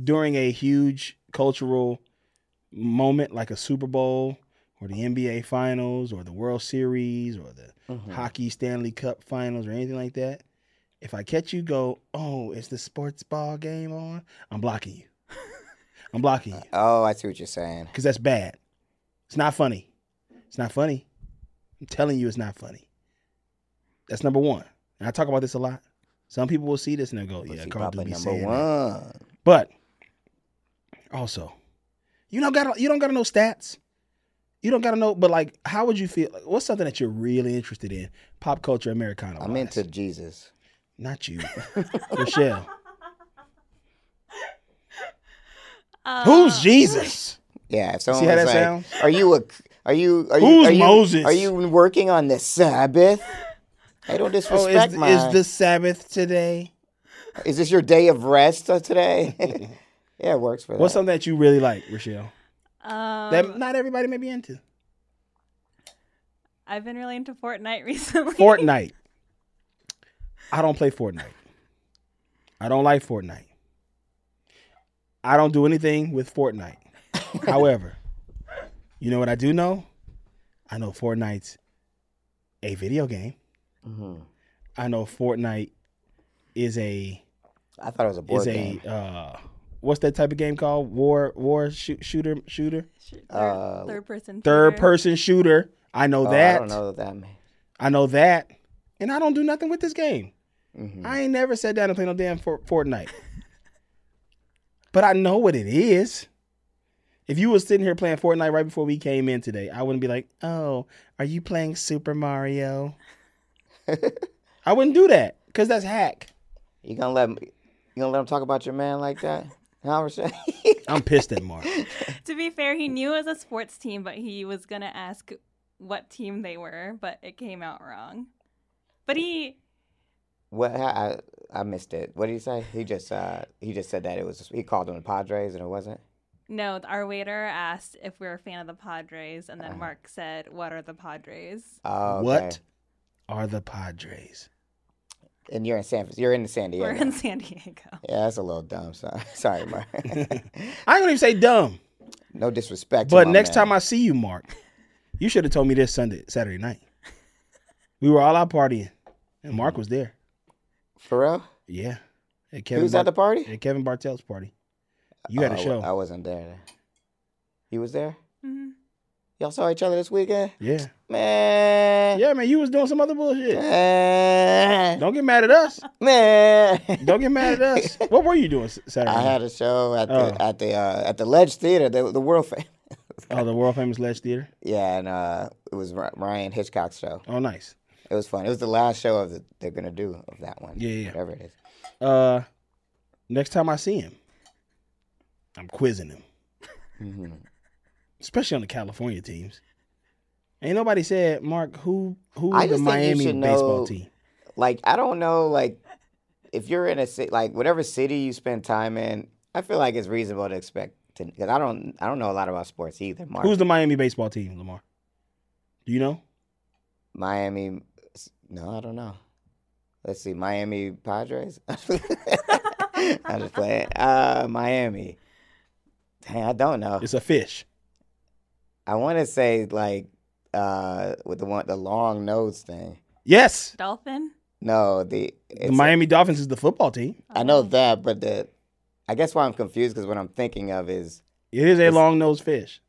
[SPEAKER 2] during a huge cultural moment like a Super Bowl or the NBA Mm-hmm.
[SPEAKER 3] Hmm.
[SPEAKER 2] Finals or the World Series or the hockey Stanley Cup Finals or anything like that, If I catch you, go. Oh, is the sports ball game on? I'm blocking you. I'm blocking you
[SPEAKER 3] Oh, I see what you're saying.
[SPEAKER 2] because that's bad. It's not funny. It's not funny. I'm telling you, it's not funny. That's number one. And I talk about this a lot. Some people will see this and they'll go, "Yeah,
[SPEAKER 3] Pussy
[SPEAKER 2] Carl do
[SPEAKER 3] Papa
[SPEAKER 2] be
[SPEAKER 3] number
[SPEAKER 2] saying that."
[SPEAKER 3] one.
[SPEAKER 2] But also, you don't gotta you don't gotta know stats. You don't gotta know, but like, how would you feel? Like, what's something that you're really interested in? Pop culture, Americana.
[SPEAKER 3] I'm into Jesus.
[SPEAKER 2] not you, Rochelle.
[SPEAKER 4] Uh,
[SPEAKER 2] Who's Jesus?
[SPEAKER 3] Yeah, if someone
[SPEAKER 2] how
[SPEAKER 3] was
[SPEAKER 2] that
[SPEAKER 3] like,
[SPEAKER 2] sounds?
[SPEAKER 3] "Are you a? Are you? Are you?
[SPEAKER 2] Who's
[SPEAKER 3] are you,
[SPEAKER 2] Moses?
[SPEAKER 3] Are you working on the Sabbath? I don't
[SPEAKER 2] Oh,
[SPEAKER 3] disrespect
[SPEAKER 2] is,
[SPEAKER 3] my.
[SPEAKER 2] is the Sabbath today?
[SPEAKER 3] Is this your day of rest uh, today? yeah, it works for
[SPEAKER 2] What's
[SPEAKER 3] that.
[SPEAKER 2] something that you really like, Rochelle?
[SPEAKER 4] Um,
[SPEAKER 2] That not everybody may be into.
[SPEAKER 4] I've been really into Fortnite recently.
[SPEAKER 2] Fortnite. I don't play Fortnite. I don't like Fortnite. I don't do anything with Fortnite. However, you know what I do know? I know Fortnite's a video game.
[SPEAKER 3] Mhm.
[SPEAKER 2] I know Fortnite is a
[SPEAKER 3] I thought it was a board
[SPEAKER 2] is
[SPEAKER 3] game.
[SPEAKER 2] a uh, what's that type of game called? War war shoot, shooter shooter
[SPEAKER 4] Sh- Third,
[SPEAKER 3] Uh,
[SPEAKER 4] third person.
[SPEAKER 2] third
[SPEAKER 4] shooter.
[SPEAKER 2] person shooter. I know
[SPEAKER 3] Oh,
[SPEAKER 2] that.
[SPEAKER 3] I don't know what that means.
[SPEAKER 2] I know that, and I don't do nothing with this game.
[SPEAKER 3] Mhm.
[SPEAKER 2] I ain't never sat down and played no damn for- Fortnite. but I know what it is. If you was sitting here playing Fortnite right before we came in today, I wouldn't be like, "Oh, are you playing Super Mario?" I wouldn't do that because that's hack.
[SPEAKER 3] You gonna let him, you gonna let him talk about your man like that? How Rashawn?
[SPEAKER 2] I'm pissed at Mark.
[SPEAKER 4] To be fair, he knew it was a sports team, but he was gonna ask what team they were, but it came out wrong. But he
[SPEAKER 3] what? I, I I missed it. What did he say? He just uh he just said that it was he called them the Padres and it wasn't.
[SPEAKER 4] no, our waiter asked if we were a fan of the Padres, and then
[SPEAKER 3] Uh-huh.
[SPEAKER 4] Mark said, "What are the Padres?"
[SPEAKER 3] Oh, okay.
[SPEAKER 2] What are the Padres?
[SPEAKER 3] And you're in San you're in San Diego.
[SPEAKER 4] We're in San Diego.
[SPEAKER 3] Yeah, that's a little dumb. Sorry, sorry, Mark.
[SPEAKER 2] I ain't gonna even say dumb,
[SPEAKER 3] no disrespect. to
[SPEAKER 2] but
[SPEAKER 3] my
[SPEAKER 2] next
[SPEAKER 3] man.
[SPEAKER 2] time I see you, Mark, you should have told me this Sunday, Saturday night. We were all out partying, and Mark was there.
[SPEAKER 3] for real,
[SPEAKER 2] Yeah. At
[SPEAKER 3] Mm-hmm. he was at the
[SPEAKER 2] Bart-
[SPEAKER 3] party.
[SPEAKER 2] at Kevin Bartel's party. You had
[SPEAKER 3] Oh,
[SPEAKER 2] a
[SPEAKER 3] I wa-
[SPEAKER 2] show.
[SPEAKER 3] I wasn't there. He was there.
[SPEAKER 4] Mhm.
[SPEAKER 3] Y'all saw each other this weekend,
[SPEAKER 2] yeah.
[SPEAKER 3] man.
[SPEAKER 2] Yeah, man, you was doing some other bullshit.
[SPEAKER 3] Man,
[SPEAKER 2] Don't get mad at us.
[SPEAKER 3] man.
[SPEAKER 2] Don't get mad at us. What were you doing S- Saturday?
[SPEAKER 3] I had
[SPEAKER 2] night?
[SPEAKER 3] a show at the
[SPEAKER 2] Oh.
[SPEAKER 3] at the uh, at the Ledge Theater, the, the world famous.
[SPEAKER 2] oh, the world famous Ledge Theater.
[SPEAKER 3] Yeah, and uh, it was Ry- Ryan Hitchcock's show.
[SPEAKER 2] Oh, nice.
[SPEAKER 3] It was fun. It was the last show of the, they're gonna do of that one.
[SPEAKER 2] Yeah, yeah, yeah.
[SPEAKER 3] whatever it is.
[SPEAKER 2] Uh, next time I see him, I'm quizzing him,
[SPEAKER 3] hmm
[SPEAKER 2] especially on the California teams. Ain't nobody said, Mark, who who
[SPEAKER 3] I
[SPEAKER 2] is the
[SPEAKER 3] just think you
[SPEAKER 2] Miami
[SPEAKER 3] should know-
[SPEAKER 2] baseball team?
[SPEAKER 3] Like I don't know, like if you're in a city, like whatever city you spend time in, I feel like it's reasonable to expect to. Because I don't, I don't know a lot about sports either. Mark.
[SPEAKER 2] Who's the Miami baseball team, Lamar? Do you know?
[SPEAKER 3] Miami? No, I don't know. Let's see, Miami Padres. I'm just playing. Uh, Miami. Dang, I don't know.
[SPEAKER 2] It's a fish.
[SPEAKER 3] I want to say like uh with the one the long nose thing.
[SPEAKER 2] Yes.
[SPEAKER 4] Dolphin.
[SPEAKER 3] No, the
[SPEAKER 2] The
[SPEAKER 3] it's,
[SPEAKER 2] Miami Dolphins is the football team.
[SPEAKER 3] I know that, but the I guess why I'm confused because what I'm thinking of is
[SPEAKER 2] It is a long nosed fish.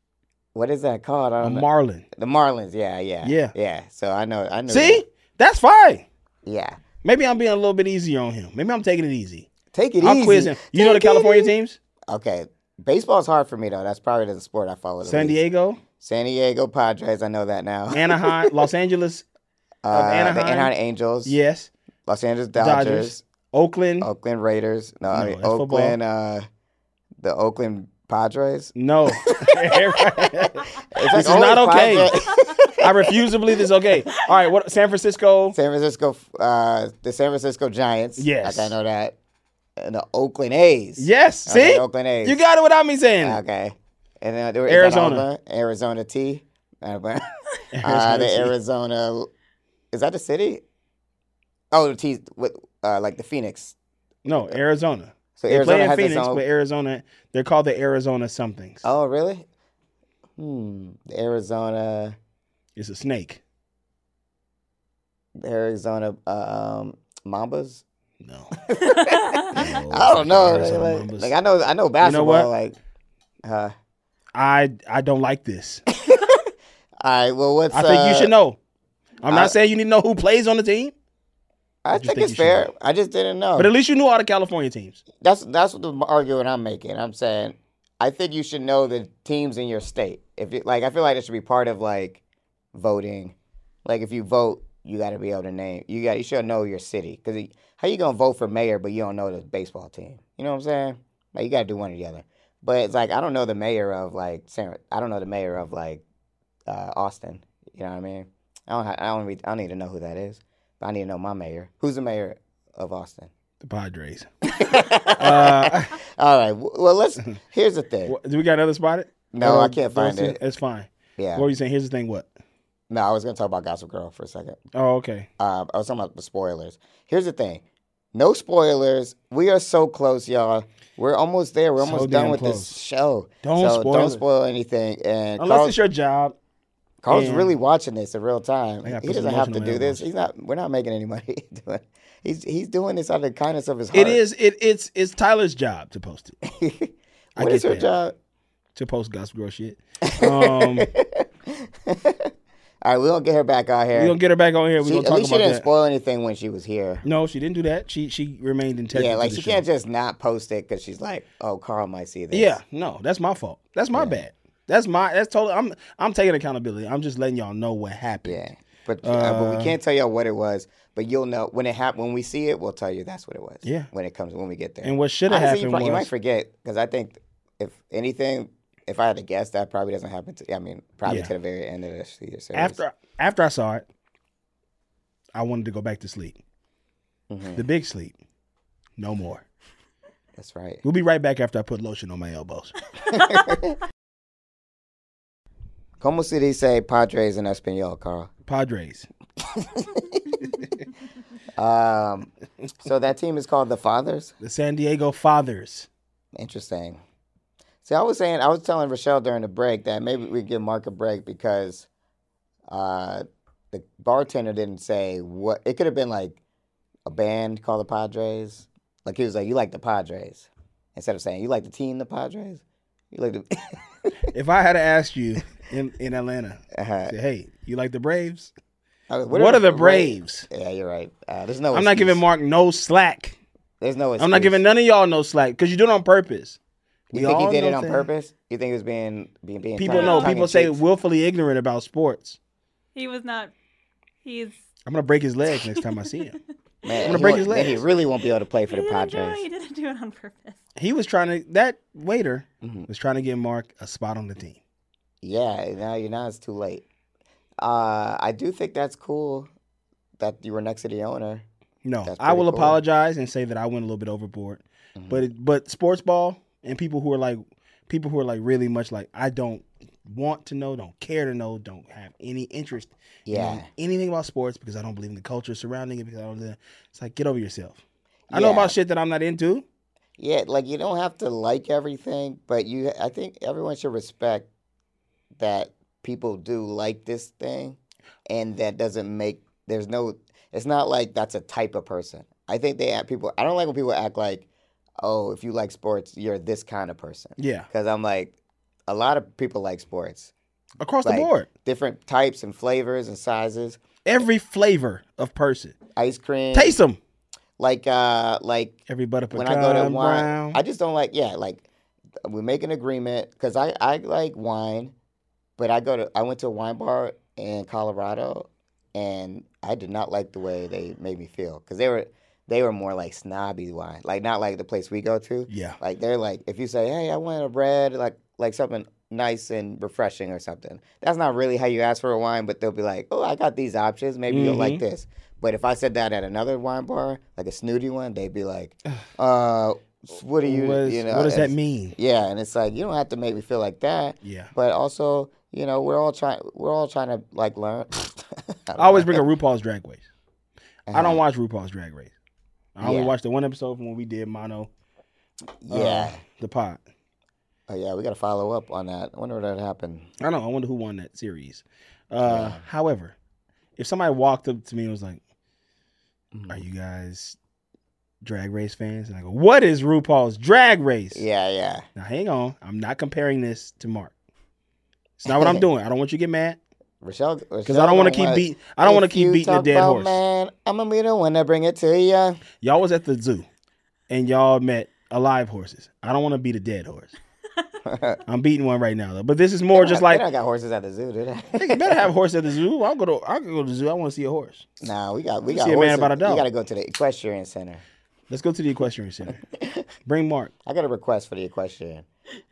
[SPEAKER 3] what is that called? I
[SPEAKER 2] A
[SPEAKER 3] don't know.
[SPEAKER 2] marlin.
[SPEAKER 3] the Marlins. Yeah, yeah,
[SPEAKER 2] Yeah.
[SPEAKER 3] yeah. So I know, I know.
[SPEAKER 2] See? That's fine.
[SPEAKER 3] Yeah,
[SPEAKER 2] Maybe I'm being a little bit easier on him. Maybe I'm taking it easy.
[SPEAKER 3] take it
[SPEAKER 2] I'll
[SPEAKER 3] easy.
[SPEAKER 2] quiz him. You know the
[SPEAKER 3] Take it
[SPEAKER 2] California
[SPEAKER 3] easy.
[SPEAKER 2] teams?
[SPEAKER 3] Okay, baseball's hard for me though. That's probably the sport I follow. the
[SPEAKER 2] San
[SPEAKER 3] least.
[SPEAKER 2] Diego,
[SPEAKER 3] San Diego Padres. I know that now.
[SPEAKER 2] Anaheim, Los Angeles,
[SPEAKER 3] uh,
[SPEAKER 2] Anaheim.
[SPEAKER 3] the Anaheim Angels.
[SPEAKER 2] yes.
[SPEAKER 3] Los Angeles
[SPEAKER 2] Dodgers.
[SPEAKER 3] Dodgers.
[SPEAKER 2] Oakland,
[SPEAKER 3] Oakland Raiders. No,
[SPEAKER 2] No,
[SPEAKER 3] I mean,
[SPEAKER 2] that's football.
[SPEAKER 3] Oakland. Uh, the Oakland Padres.
[SPEAKER 2] no.
[SPEAKER 3] It's
[SPEAKER 2] This is
[SPEAKER 3] only
[SPEAKER 2] not okay.
[SPEAKER 3] Padres-
[SPEAKER 2] I refuse to believe this is okay. All right, what San Francisco,
[SPEAKER 3] San Francisco, uh, the San Francisco Giants.
[SPEAKER 2] Yes.
[SPEAKER 3] like I know that. And the Oakland A's.
[SPEAKER 2] Yes,
[SPEAKER 3] Okay, Uh,
[SPEAKER 2] see?
[SPEAKER 3] Oakland A's.
[SPEAKER 2] You got it without me saying it.
[SPEAKER 3] Okay. And then there, is that
[SPEAKER 2] Arizona.
[SPEAKER 3] all of them? Arizona T. Uh, but- uh,
[SPEAKER 2] Arizona
[SPEAKER 3] the
[SPEAKER 2] T.
[SPEAKER 3] Arizona. Is that the city? Oh, the T. With uh, like the Phoenix.
[SPEAKER 2] No, Arizona.
[SPEAKER 3] So
[SPEAKER 2] they
[SPEAKER 3] Arizona
[SPEAKER 2] play in
[SPEAKER 3] has its
[SPEAKER 2] Phoenix,
[SPEAKER 3] own-
[SPEAKER 2] but Arizona, they're called the Arizona somethings.
[SPEAKER 3] Oh, really? Hmm. The Arizona.
[SPEAKER 2] It's a snake.
[SPEAKER 3] The Arizona um, Mambas.
[SPEAKER 2] No.
[SPEAKER 3] I don't know.
[SPEAKER 2] Sorry, sorry,
[SPEAKER 3] Like,
[SPEAKER 2] Oh, Mambas.
[SPEAKER 3] like, I know, I know basketball.
[SPEAKER 2] what?
[SPEAKER 3] Like, uh,
[SPEAKER 2] I I don't like this.
[SPEAKER 3] all right. Well, what's
[SPEAKER 2] I think you
[SPEAKER 3] uh,
[SPEAKER 2] should know. I'm
[SPEAKER 3] I-
[SPEAKER 2] not saying you need to know who plays on the team,
[SPEAKER 3] I
[SPEAKER 2] What you
[SPEAKER 3] think
[SPEAKER 2] think
[SPEAKER 3] it's
[SPEAKER 2] you should
[SPEAKER 3] fair.
[SPEAKER 2] know?
[SPEAKER 3] I just didn't know.
[SPEAKER 2] but at least you knew all the California teams.
[SPEAKER 3] that's that's what the argument I'm making. I'm saying I think you should know the teams in your state. If you, like, I feel like it should be part of like voting. Like, if you vote, you got to be able to name. You got you should know your city because how you gonna vote for mayor but you don't know the baseball team? You know what I'm saying? Like, you got to do one or the other. But it's like I don't know the mayor of like San. I don't know the mayor of like uh, Austin. You know what I mean? I don't. ha- I don't. Re- I don't need to know who that is. But I need to know my mayor. Who's the mayor of Austin?
[SPEAKER 2] The Padres. uh,
[SPEAKER 3] All right. w- Well, let's. Here's the thing.
[SPEAKER 2] wh- do we got another spot? it?
[SPEAKER 3] No,
[SPEAKER 2] Or
[SPEAKER 3] I can't
[SPEAKER 2] don't
[SPEAKER 3] find
[SPEAKER 2] see
[SPEAKER 3] it.
[SPEAKER 2] It's fine.
[SPEAKER 3] Yeah.
[SPEAKER 2] What were you saying? Here's the thing. What?
[SPEAKER 3] No, I was gonna talk about Gossip Girl for a second.
[SPEAKER 2] Oh, okay.
[SPEAKER 3] Um, I was talking about the spoilers. Here's the thing. No spoilers. We are so close, y'all. We're almost there. We're
[SPEAKER 2] So
[SPEAKER 3] almost done
[SPEAKER 2] damn
[SPEAKER 3] with
[SPEAKER 2] close.
[SPEAKER 3] this show.
[SPEAKER 2] Don't
[SPEAKER 3] so
[SPEAKER 2] spoil
[SPEAKER 3] don't
[SPEAKER 2] it.
[SPEAKER 3] spoil anything. And
[SPEAKER 2] Unless
[SPEAKER 3] Carl,
[SPEAKER 2] it's your job.
[SPEAKER 3] Carl's
[SPEAKER 2] yeah.
[SPEAKER 3] really watching this in real time.
[SPEAKER 2] I gotta
[SPEAKER 3] He
[SPEAKER 2] put some
[SPEAKER 3] doesn't have to
[SPEAKER 2] lotion on
[SPEAKER 3] do
[SPEAKER 2] my
[SPEAKER 3] this.
[SPEAKER 2] elbows.
[SPEAKER 3] He's not. We're not making any money doing. He's he's doing this out of the kindness of his heart.
[SPEAKER 2] It is. It, it's it's Tyler's job to post it. I
[SPEAKER 3] What is
[SPEAKER 2] get
[SPEAKER 3] your
[SPEAKER 2] that.
[SPEAKER 3] job?
[SPEAKER 2] To post gossip girl shit. Um, we
[SPEAKER 3] All right, we gonna get her back out here.
[SPEAKER 2] gonna get her back on here. We
[SPEAKER 3] She-
[SPEAKER 2] gonna
[SPEAKER 3] at
[SPEAKER 2] talk
[SPEAKER 3] least
[SPEAKER 2] about
[SPEAKER 3] she didn't
[SPEAKER 2] that.
[SPEAKER 3] spoil anything when she was here.
[SPEAKER 2] no, she didn't do that. She she remained integral.
[SPEAKER 3] Yeah,
[SPEAKER 2] to
[SPEAKER 3] like
[SPEAKER 2] the
[SPEAKER 3] she
[SPEAKER 2] show.
[SPEAKER 3] can't just not post it because she's like, "Oh, Carl might see this."
[SPEAKER 2] Yeah, no, that's my fault. That's my bad. That's my. That's totally. I'm. I'm taking accountability. I'm just letting y'all know what happened.
[SPEAKER 3] yeah. But uh, but we can't tell y'all what it was. But you'll know when it hap- when we see it. We'll tell you that's what it was.
[SPEAKER 2] Yeah.
[SPEAKER 3] when it comes when we get there.
[SPEAKER 2] And what shoulda
[SPEAKER 3] Honestly,
[SPEAKER 2] happened
[SPEAKER 3] You, prob- you
[SPEAKER 2] was-
[SPEAKER 3] might forget because I think if anything, if I had to guess, that probably doesn't happen. To I mean, probably
[SPEAKER 2] Yeah.
[SPEAKER 3] to the very end of the series.
[SPEAKER 2] After after I saw it, I wanted to go back to sleep.
[SPEAKER 3] Mm-hmm.
[SPEAKER 2] The big sleep. No more.
[SPEAKER 3] that's right.
[SPEAKER 2] We'll be right back after I put lotion on my elbows.
[SPEAKER 3] Como City say Padres and Espanol, Carl.
[SPEAKER 2] Padres.
[SPEAKER 3] Um, so that team is called the Fathers.
[SPEAKER 2] The San Diego Fathers.
[SPEAKER 3] Interesting. See, I was saying, I was telling Rochelle during the break that maybe we give Mark a break because uh, the bartender didn't say what. It could have been like a band called the Padres. Like he was like, "You like the Padres," instead of saying, "You like the team, the Padres." You like the.
[SPEAKER 2] If I had to ask you in, in Atlanta,
[SPEAKER 3] Uh-huh.
[SPEAKER 2] say, hey, you like the Braves?
[SPEAKER 3] I mean,
[SPEAKER 2] What, are the Braves?
[SPEAKER 3] Yeah, you're right. Uh, there's no.
[SPEAKER 2] I'm not
[SPEAKER 3] excuse.
[SPEAKER 2] giving Mark no slack.
[SPEAKER 3] There's no.
[SPEAKER 2] I'm not
[SPEAKER 3] excuse.
[SPEAKER 2] giving none of y'all no slack because you do it on purpose.
[SPEAKER 3] You
[SPEAKER 2] We
[SPEAKER 3] think he
[SPEAKER 2] all
[SPEAKER 3] did it
[SPEAKER 2] know
[SPEAKER 3] on
[SPEAKER 2] that.
[SPEAKER 3] purpose? You think he was being being being
[SPEAKER 2] People
[SPEAKER 3] tongue-
[SPEAKER 2] know.
[SPEAKER 3] tongue in
[SPEAKER 2] People say
[SPEAKER 3] cheek?
[SPEAKER 2] willfully ignorant about sports.
[SPEAKER 4] He was not. He's.
[SPEAKER 2] I'm gonna break his legs next time I see him.
[SPEAKER 3] Man,
[SPEAKER 2] gonna
[SPEAKER 3] he
[SPEAKER 2] break
[SPEAKER 3] won't-
[SPEAKER 2] his
[SPEAKER 3] man, He
[SPEAKER 2] legs.
[SPEAKER 3] really won't be able to play for
[SPEAKER 4] He
[SPEAKER 3] the
[SPEAKER 4] didn't, do it. he
[SPEAKER 3] Padres.
[SPEAKER 4] didn't do it on purpose.
[SPEAKER 2] He was trying to that waiter
[SPEAKER 3] Mm-hmm.
[SPEAKER 2] was trying to get Mark a spot on the team.
[SPEAKER 3] Yeah, now you now it's too late. Uh, I do think that's cool that you were next to the owner.
[SPEAKER 2] No,
[SPEAKER 3] That's
[SPEAKER 2] I will
[SPEAKER 3] pretty cool. Mm-hmm.
[SPEAKER 2] apologize and say that I went a little bit overboard. But it, but sports ball and people who are like people who are like really much like I don't want to know, don't care to know, don't have any interest in knowing
[SPEAKER 3] Yeah.
[SPEAKER 2] anything about sports because I don't believe in the culture surrounding it because I don't it's like get over yourself. I
[SPEAKER 3] Yeah.
[SPEAKER 2] know about shit that I'm not into.
[SPEAKER 3] Yeah, like you don't have to like everything, but you I think everyone should respect that people do like this thing and that doesn't make there's no it's not like that's a type of person. I think they act people I don't like when people act like, "Oh, if you like sports, you're this kind of person."
[SPEAKER 2] Yeah.
[SPEAKER 3] Cuz I'm like a lot of people like sports.
[SPEAKER 2] Across
[SPEAKER 3] like,
[SPEAKER 2] the board.
[SPEAKER 3] Different types and flavors and sizes.
[SPEAKER 2] Every flavor of person.
[SPEAKER 3] Ice cream.
[SPEAKER 2] Taste them.
[SPEAKER 3] Like uh like
[SPEAKER 2] Every butter pecan
[SPEAKER 3] when I go to wine,
[SPEAKER 2] brown.
[SPEAKER 3] I just don't like. Yeah, like we make an agreement because I I like wine, but I go to I went to a wine bar in Colorado, and I did not like the way they made me feel because they were they were more like snobby wine, like not like the place we go to.
[SPEAKER 2] Yeah.
[SPEAKER 3] like they're like if you say hey I want a red like like something nice and refreshing or something that's not really how you ask for a wine but they'll be like oh i got these options maybe you'll like
[SPEAKER 2] Mm-hmm.
[SPEAKER 3] this but if i said that at another wine bar like a snooty one they'd be like uh, what do you,
[SPEAKER 2] what, is-
[SPEAKER 3] you know,
[SPEAKER 2] what does that
[SPEAKER 3] it's-
[SPEAKER 2] mean?
[SPEAKER 3] Yeah, and it's like you don't have to make me feel like that.
[SPEAKER 2] Yeah.
[SPEAKER 3] But also, you know, we're all trying, we're all trying to like learn. I
[SPEAKER 2] I always bring a RuPaul's Drag Race. I
[SPEAKER 3] Uh-huh.
[SPEAKER 2] don't watch RuPaul's Drag Race. I only
[SPEAKER 3] Yeah.
[SPEAKER 2] watched the one episode from when we did Mono. uh,
[SPEAKER 3] yeah.
[SPEAKER 2] the pot.
[SPEAKER 3] oh yeah, we got to follow up on that. I wonder what that happened.
[SPEAKER 2] I don't know. I wonder who won that series. Uh, However, if somebody walked up to me and was like, "Are you guys drag race fans, and I go, "What is RuPaul's drag race?"
[SPEAKER 3] Yeah, yeah.
[SPEAKER 2] Now hang on, I'm not comparing this to Mark. It's not what I'm doing. I don't want you to get mad
[SPEAKER 3] Rochelle,
[SPEAKER 2] because I don't want to keep beat. I don't want to keep beating a dead horse.
[SPEAKER 3] Man, I'm gonna be the one to bring it to you.
[SPEAKER 2] Y'all was at the zoo, and y'all met alive horses. I don't want to beat a dead horse. I'm beating one right now though. But this is more just like
[SPEAKER 3] I got horses at the zoo, did I?
[SPEAKER 2] They better have horses at the zoo. I'll go to I can go to the zoo. I want to see a horse.
[SPEAKER 3] Nah, we got we
[SPEAKER 2] You
[SPEAKER 3] got
[SPEAKER 2] see a man
[SPEAKER 3] horses.
[SPEAKER 2] about a dog.
[SPEAKER 3] We gotta go to the equestrian center.
[SPEAKER 2] Let's go to the equestrian center. Bring Mark.
[SPEAKER 3] I got a request for the equestrian.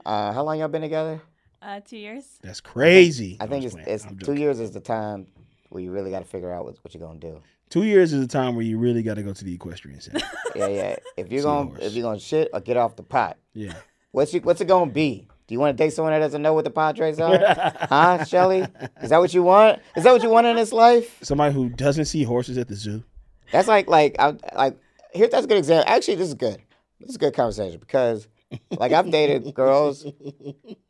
[SPEAKER 3] Uh, how long y'all been together?
[SPEAKER 4] Uh, two years.
[SPEAKER 2] That's crazy.
[SPEAKER 3] I
[SPEAKER 2] I'm
[SPEAKER 3] think
[SPEAKER 2] just
[SPEAKER 3] it's,
[SPEAKER 2] playing.
[SPEAKER 3] it's
[SPEAKER 2] I'm
[SPEAKER 3] two
[SPEAKER 2] joking.
[SPEAKER 3] years is the time where you really got to figure out what, what you're gonna do.
[SPEAKER 2] Two years is a time where you really got to go to the equestrian center.
[SPEAKER 3] Yeah, yeah. If you're
[SPEAKER 2] See a
[SPEAKER 3] gonna
[SPEAKER 2] horse.
[SPEAKER 3] if you're gonna shit or get off the pot,
[SPEAKER 2] yeah.
[SPEAKER 3] what's you, what's it gonna be? Do you want to date someone that doesn't know what the Padres are? huh, Shelly? Is that what you want? Is that what you want in this life?
[SPEAKER 2] Somebody who doesn't see horses at the zoo.
[SPEAKER 3] That's like like I like here. That's a good example. Actually, this is good. This is a good conversation because like I've dated girls.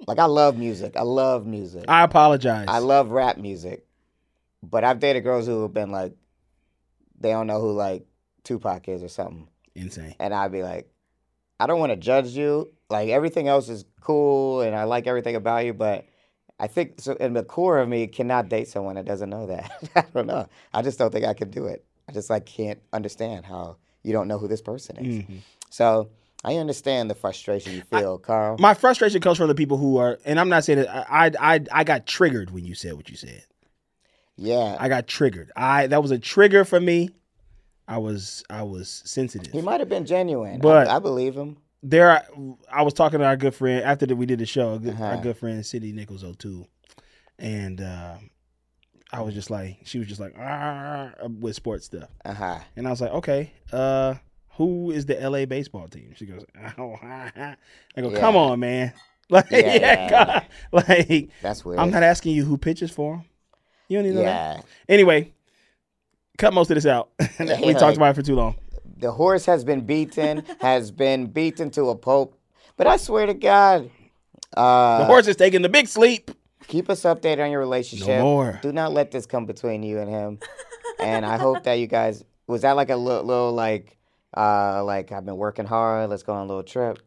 [SPEAKER 3] Like I love music. I love music.
[SPEAKER 2] I apologize.
[SPEAKER 3] I love rap music, but I've dated girls who have been like, they don't know who like Tupac is or something,
[SPEAKER 2] Insane.
[SPEAKER 3] and I'd be like, I don't want to judge you. Like everything else is cool, and I like everything about you, but I think so. In the core of me, cannot date someone that doesn't know that. I don't know. I just don't think I could do it. I just like can't understand how you don't know who this person is.
[SPEAKER 2] Mm-hmm.
[SPEAKER 3] So I understand the frustration you feel, Carl.
[SPEAKER 2] My frustration comes from the people who are, and I'm not saying that I, I, I, I got triggered when you said what you said.
[SPEAKER 3] yeah,
[SPEAKER 2] I got triggered. I that was a trigger for me. I was I was sensitive.
[SPEAKER 3] he might have been genuine, I-
[SPEAKER 2] But-
[SPEAKER 3] I believe him.
[SPEAKER 2] there are, I was talking to our good friend after that we did the show, a good,
[SPEAKER 3] Uh-huh.
[SPEAKER 2] our good friend Cindy Nichols O'Toole, and uh, I was just like, she was just like "Arr," um, with sports stuff,
[SPEAKER 3] Uh huh.
[SPEAKER 2] and I was like, okay, uh, who is the LA baseball team? She goes, oh, I go, come
[SPEAKER 3] Yeah.
[SPEAKER 2] on, man, like,
[SPEAKER 3] Yeah, yeah,
[SPEAKER 2] God. like
[SPEAKER 3] That's weird.
[SPEAKER 2] I'm not asking you who pitches for him. You don't even know that.
[SPEAKER 3] Yeah.
[SPEAKER 2] Anyway, cut most of this out. we talked about it for too long.
[SPEAKER 3] The horse has been beaten, has been beaten to a pulp. But I swear to God,
[SPEAKER 2] The
[SPEAKER 3] uh,
[SPEAKER 2] horse is taking the big sleep.
[SPEAKER 3] keep us updated on your relationship.
[SPEAKER 2] more.
[SPEAKER 3] Do not let this come between you and him. and I hope that you guys was that like a little, little like uh like I've been working hard. Let's go on a little trip.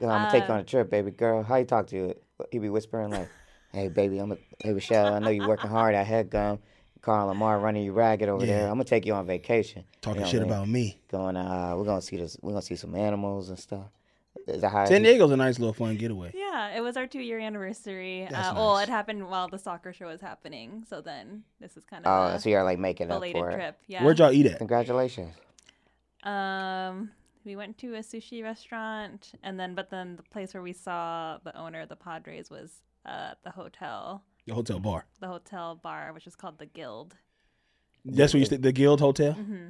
[SPEAKER 3] I'm gonna take you on a trip, baby girl. How you talk to you? He be whispering like, "Hey, baby, I'm a hey Rochelle. I know you're working hard. I had gum. Carl Lamar running you ragged over there. I'm gonna take you on vacation. You
[SPEAKER 2] Talking
[SPEAKER 3] know what
[SPEAKER 2] shit
[SPEAKER 3] I mean?
[SPEAKER 2] about me.
[SPEAKER 3] going uh we're gonna see this we're gonna see some animals and stuff. Is that how
[SPEAKER 2] San Diego's a nice little fun getaway.
[SPEAKER 4] Yeah, it was our two year anniversary. Uh,
[SPEAKER 2] That's
[SPEAKER 4] Well,
[SPEAKER 2] nice.
[SPEAKER 4] it happened while the soccer show was happening. So then this is kind
[SPEAKER 3] Oh,
[SPEAKER 4] of
[SPEAKER 3] so you're like making
[SPEAKER 4] a
[SPEAKER 3] up
[SPEAKER 4] belated
[SPEAKER 3] for
[SPEAKER 4] trip. Yeah.
[SPEAKER 2] Where'd y'all eat at?
[SPEAKER 3] it. Congratulations.
[SPEAKER 4] Um, we went to a sushi restaurant, and then but then the place where we saw the owner of the Padres was uh the hotel,
[SPEAKER 2] The hotel bar.
[SPEAKER 4] the hotel bar, which is called the Guild.
[SPEAKER 2] That's where you stayed. The Guild Hotel.
[SPEAKER 4] Mm-hmm.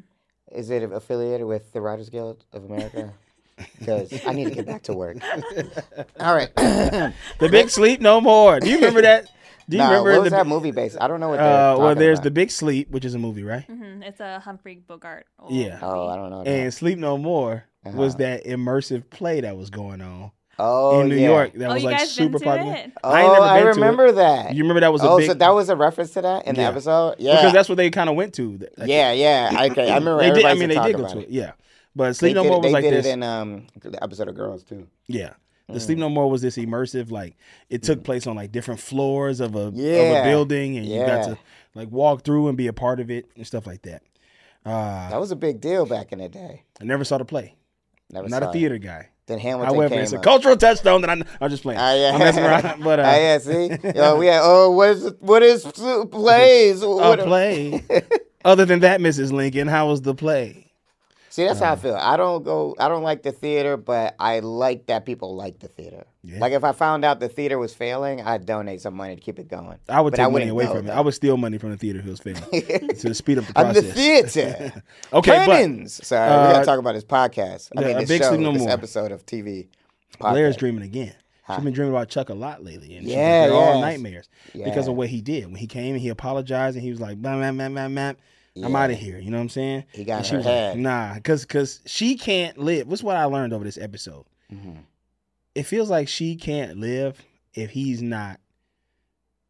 [SPEAKER 3] Is it affiliated with the Writers Guild of America? Because I need to get back to work. All right.
[SPEAKER 2] The Big Sleep No More. Do you remember that? Do you
[SPEAKER 3] Nah,
[SPEAKER 2] remember
[SPEAKER 3] what was
[SPEAKER 2] the?
[SPEAKER 3] that movie based? I don't know what they're
[SPEAKER 2] Uh, well,
[SPEAKER 3] talking
[SPEAKER 2] there's the
[SPEAKER 3] about.
[SPEAKER 2] Big Sleep, which is a movie, right?
[SPEAKER 4] hmm It's a Humphrey Bogart. old
[SPEAKER 2] Yeah.
[SPEAKER 3] Oh, I
[SPEAKER 4] movie.
[SPEAKER 3] don't know. that.
[SPEAKER 2] And Sleep No More was that immersive play that was going on
[SPEAKER 3] Uh-huh. oh,
[SPEAKER 2] in New
[SPEAKER 3] yeah.
[SPEAKER 2] York. That
[SPEAKER 4] Oh,
[SPEAKER 2] was
[SPEAKER 4] you
[SPEAKER 2] like
[SPEAKER 4] guys been
[SPEAKER 2] super
[SPEAKER 4] to
[SPEAKER 2] popular.
[SPEAKER 4] it?
[SPEAKER 3] Oh,
[SPEAKER 2] ain't never
[SPEAKER 3] I,
[SPEAKER 2] been to it.
[SPEAKER 3] remember that.
[SPEAKER 2] You remember that was a
[SPEAKER 3] oh,
[SPEAKER 2] big.
[SPEAKER 3] so that was a reference to that in the
[SPEAKER 2] Yeah.
[SPEAKER 3] episode? Yeah.
[SPEAKER 2] because that's what they kind of went to. Th- like,
[SPEAKER 3] yeah, yeah. Okay, I remember.
[SPEAKER 2] They did. I
[SPEAKER 3] everybody's
[SPEAKER 2] mean, they
[SPEAKER 3] talking
[SPEAKER 2] did go
[SPEAKER 3] about
[SPEAKER 2] to
[SPEAKER 3] it.
[SPEAKER 2] it. Yeah. But
[SPEAKER 3] They
[SPEAKER 2] Sleep No
[SPEAKER 3] did,
[SPEAKER 2] More
[SPEAKER 3] it,
[SPEAKER 2] was
[SPEAKER 3] they
[SPEAKER 2] like
[SPEAKER 3] did
[SPEAKER 2] this.
[SPEAKER 3] it in Mm. um, the episode of Girls too.
[SPEAKER 2] Yeah. The Sleep No More was this immersive, like it took place on like different floors of a of a
[SPEAKER 3] Mm. Yeah.
[SPEAKER 2] building, and you got
[SPEAKER 3] Yeah.
[SPEAKER 2] to like walk through and be a part of it and stuff like that.
[SPEAKER 3] That was a big deal back in the day.
[SPEAKER 2] I never saw the play.
[SPEAKER 3] Never
[SPEAKER 2] I'm not
[SPEAKER 3] saw
[SPEAKER 2] a
[SPEAKER 3] it.
[SPEAKER 2] theater guy.
[SPEAKER 3] Then Hamilton
[SPEAKER 2] However,
[SPEAKER 3] came
[SPEAKER 2] it's a
[SPEAKER 3] up.
[SPEAKER 2] cultural touchstone that I, I'm just playing.
[SPEAKER 3] Ah, yeah.
[SPEAKER 2] I'm messing around, but uh,
[SPEAKER 3] Ah, yeah, see? Yo, we had, oh, what is, what is su- plays?
[SPEAKER 2] a
[SPEAKER 3] What
[SPEAKER 2] play. Other than that, Mrs. Lincoln, how was the play?
[SPEAKER 3] See, that's
[SPEAKER 2] Uh-huh.
[SPEAKER 3] how I feel. I don't go, I don't like the theater, but I like that people like the theater. Like, if I found out the theater was failing, I'd donate some money to keep it going.
[SPEAKER 2] I would
[SPEAKER 3] But
[SPEAKER 2] take money
[SPEAKER 3] wouldn't
[SPEAKER 2] away
[SPEAKER 3] go,
[SPEAKER 2] from it.
[SPEAKER 3] though.
[SPEAKER 2] I would steal money from the theater if it was failing to speed up the
[SPEAKER 3] I'm
[SPEAKER 2] process.
[SPEAKER 3] the theater.
[SPEAKER 2] Okay, but-
[SPEAKER 3] Cannons. Sorry, we
[SPEAKER 2] uh,
[SPEAKER 3] gotta talk about this podcast. I
[SPEAKER 2] yeah,
[SPEAKER 3] mean,
[SPEAKER 2] a
[SPEAKER 3] this
[SPEAKER 2] big
[SPEAKER 3] show,
[SPEAKER 2] sleep no
[SPEAKER 3] this
[SPEAKER 2] more.
[SPEAKER 3] episode of TV.
[SPEAKER 2] Blair's
[SPEAKER 3] podcast.
[SPEAKER 2] dreaming again. She's been dreaming about Chuck a lot lately, and she's
[SPEAKER 3] Yeah,
[SPEAKER 2] they're all
[SPEAKER 3] yes.
[SPEAKER 2] nightmares because of what he did. When he came and he apologized, and he was like, "Bam, bam, bam, bam, bam, I'm out of here." You know what I'm saying?
[SPEAKER 3] He got
[SPEAKER 2] and
[SPEAKER 3] her
[SPEAKER 2] was
[SPEAKER 3] head.
[SPEAKER 2] Like, nah, because because she can't live. What's what I learned over this episode?
[SPEAKER 3] Mm-hmm.
[SPEAKER 2] It feels like she can't live if he's not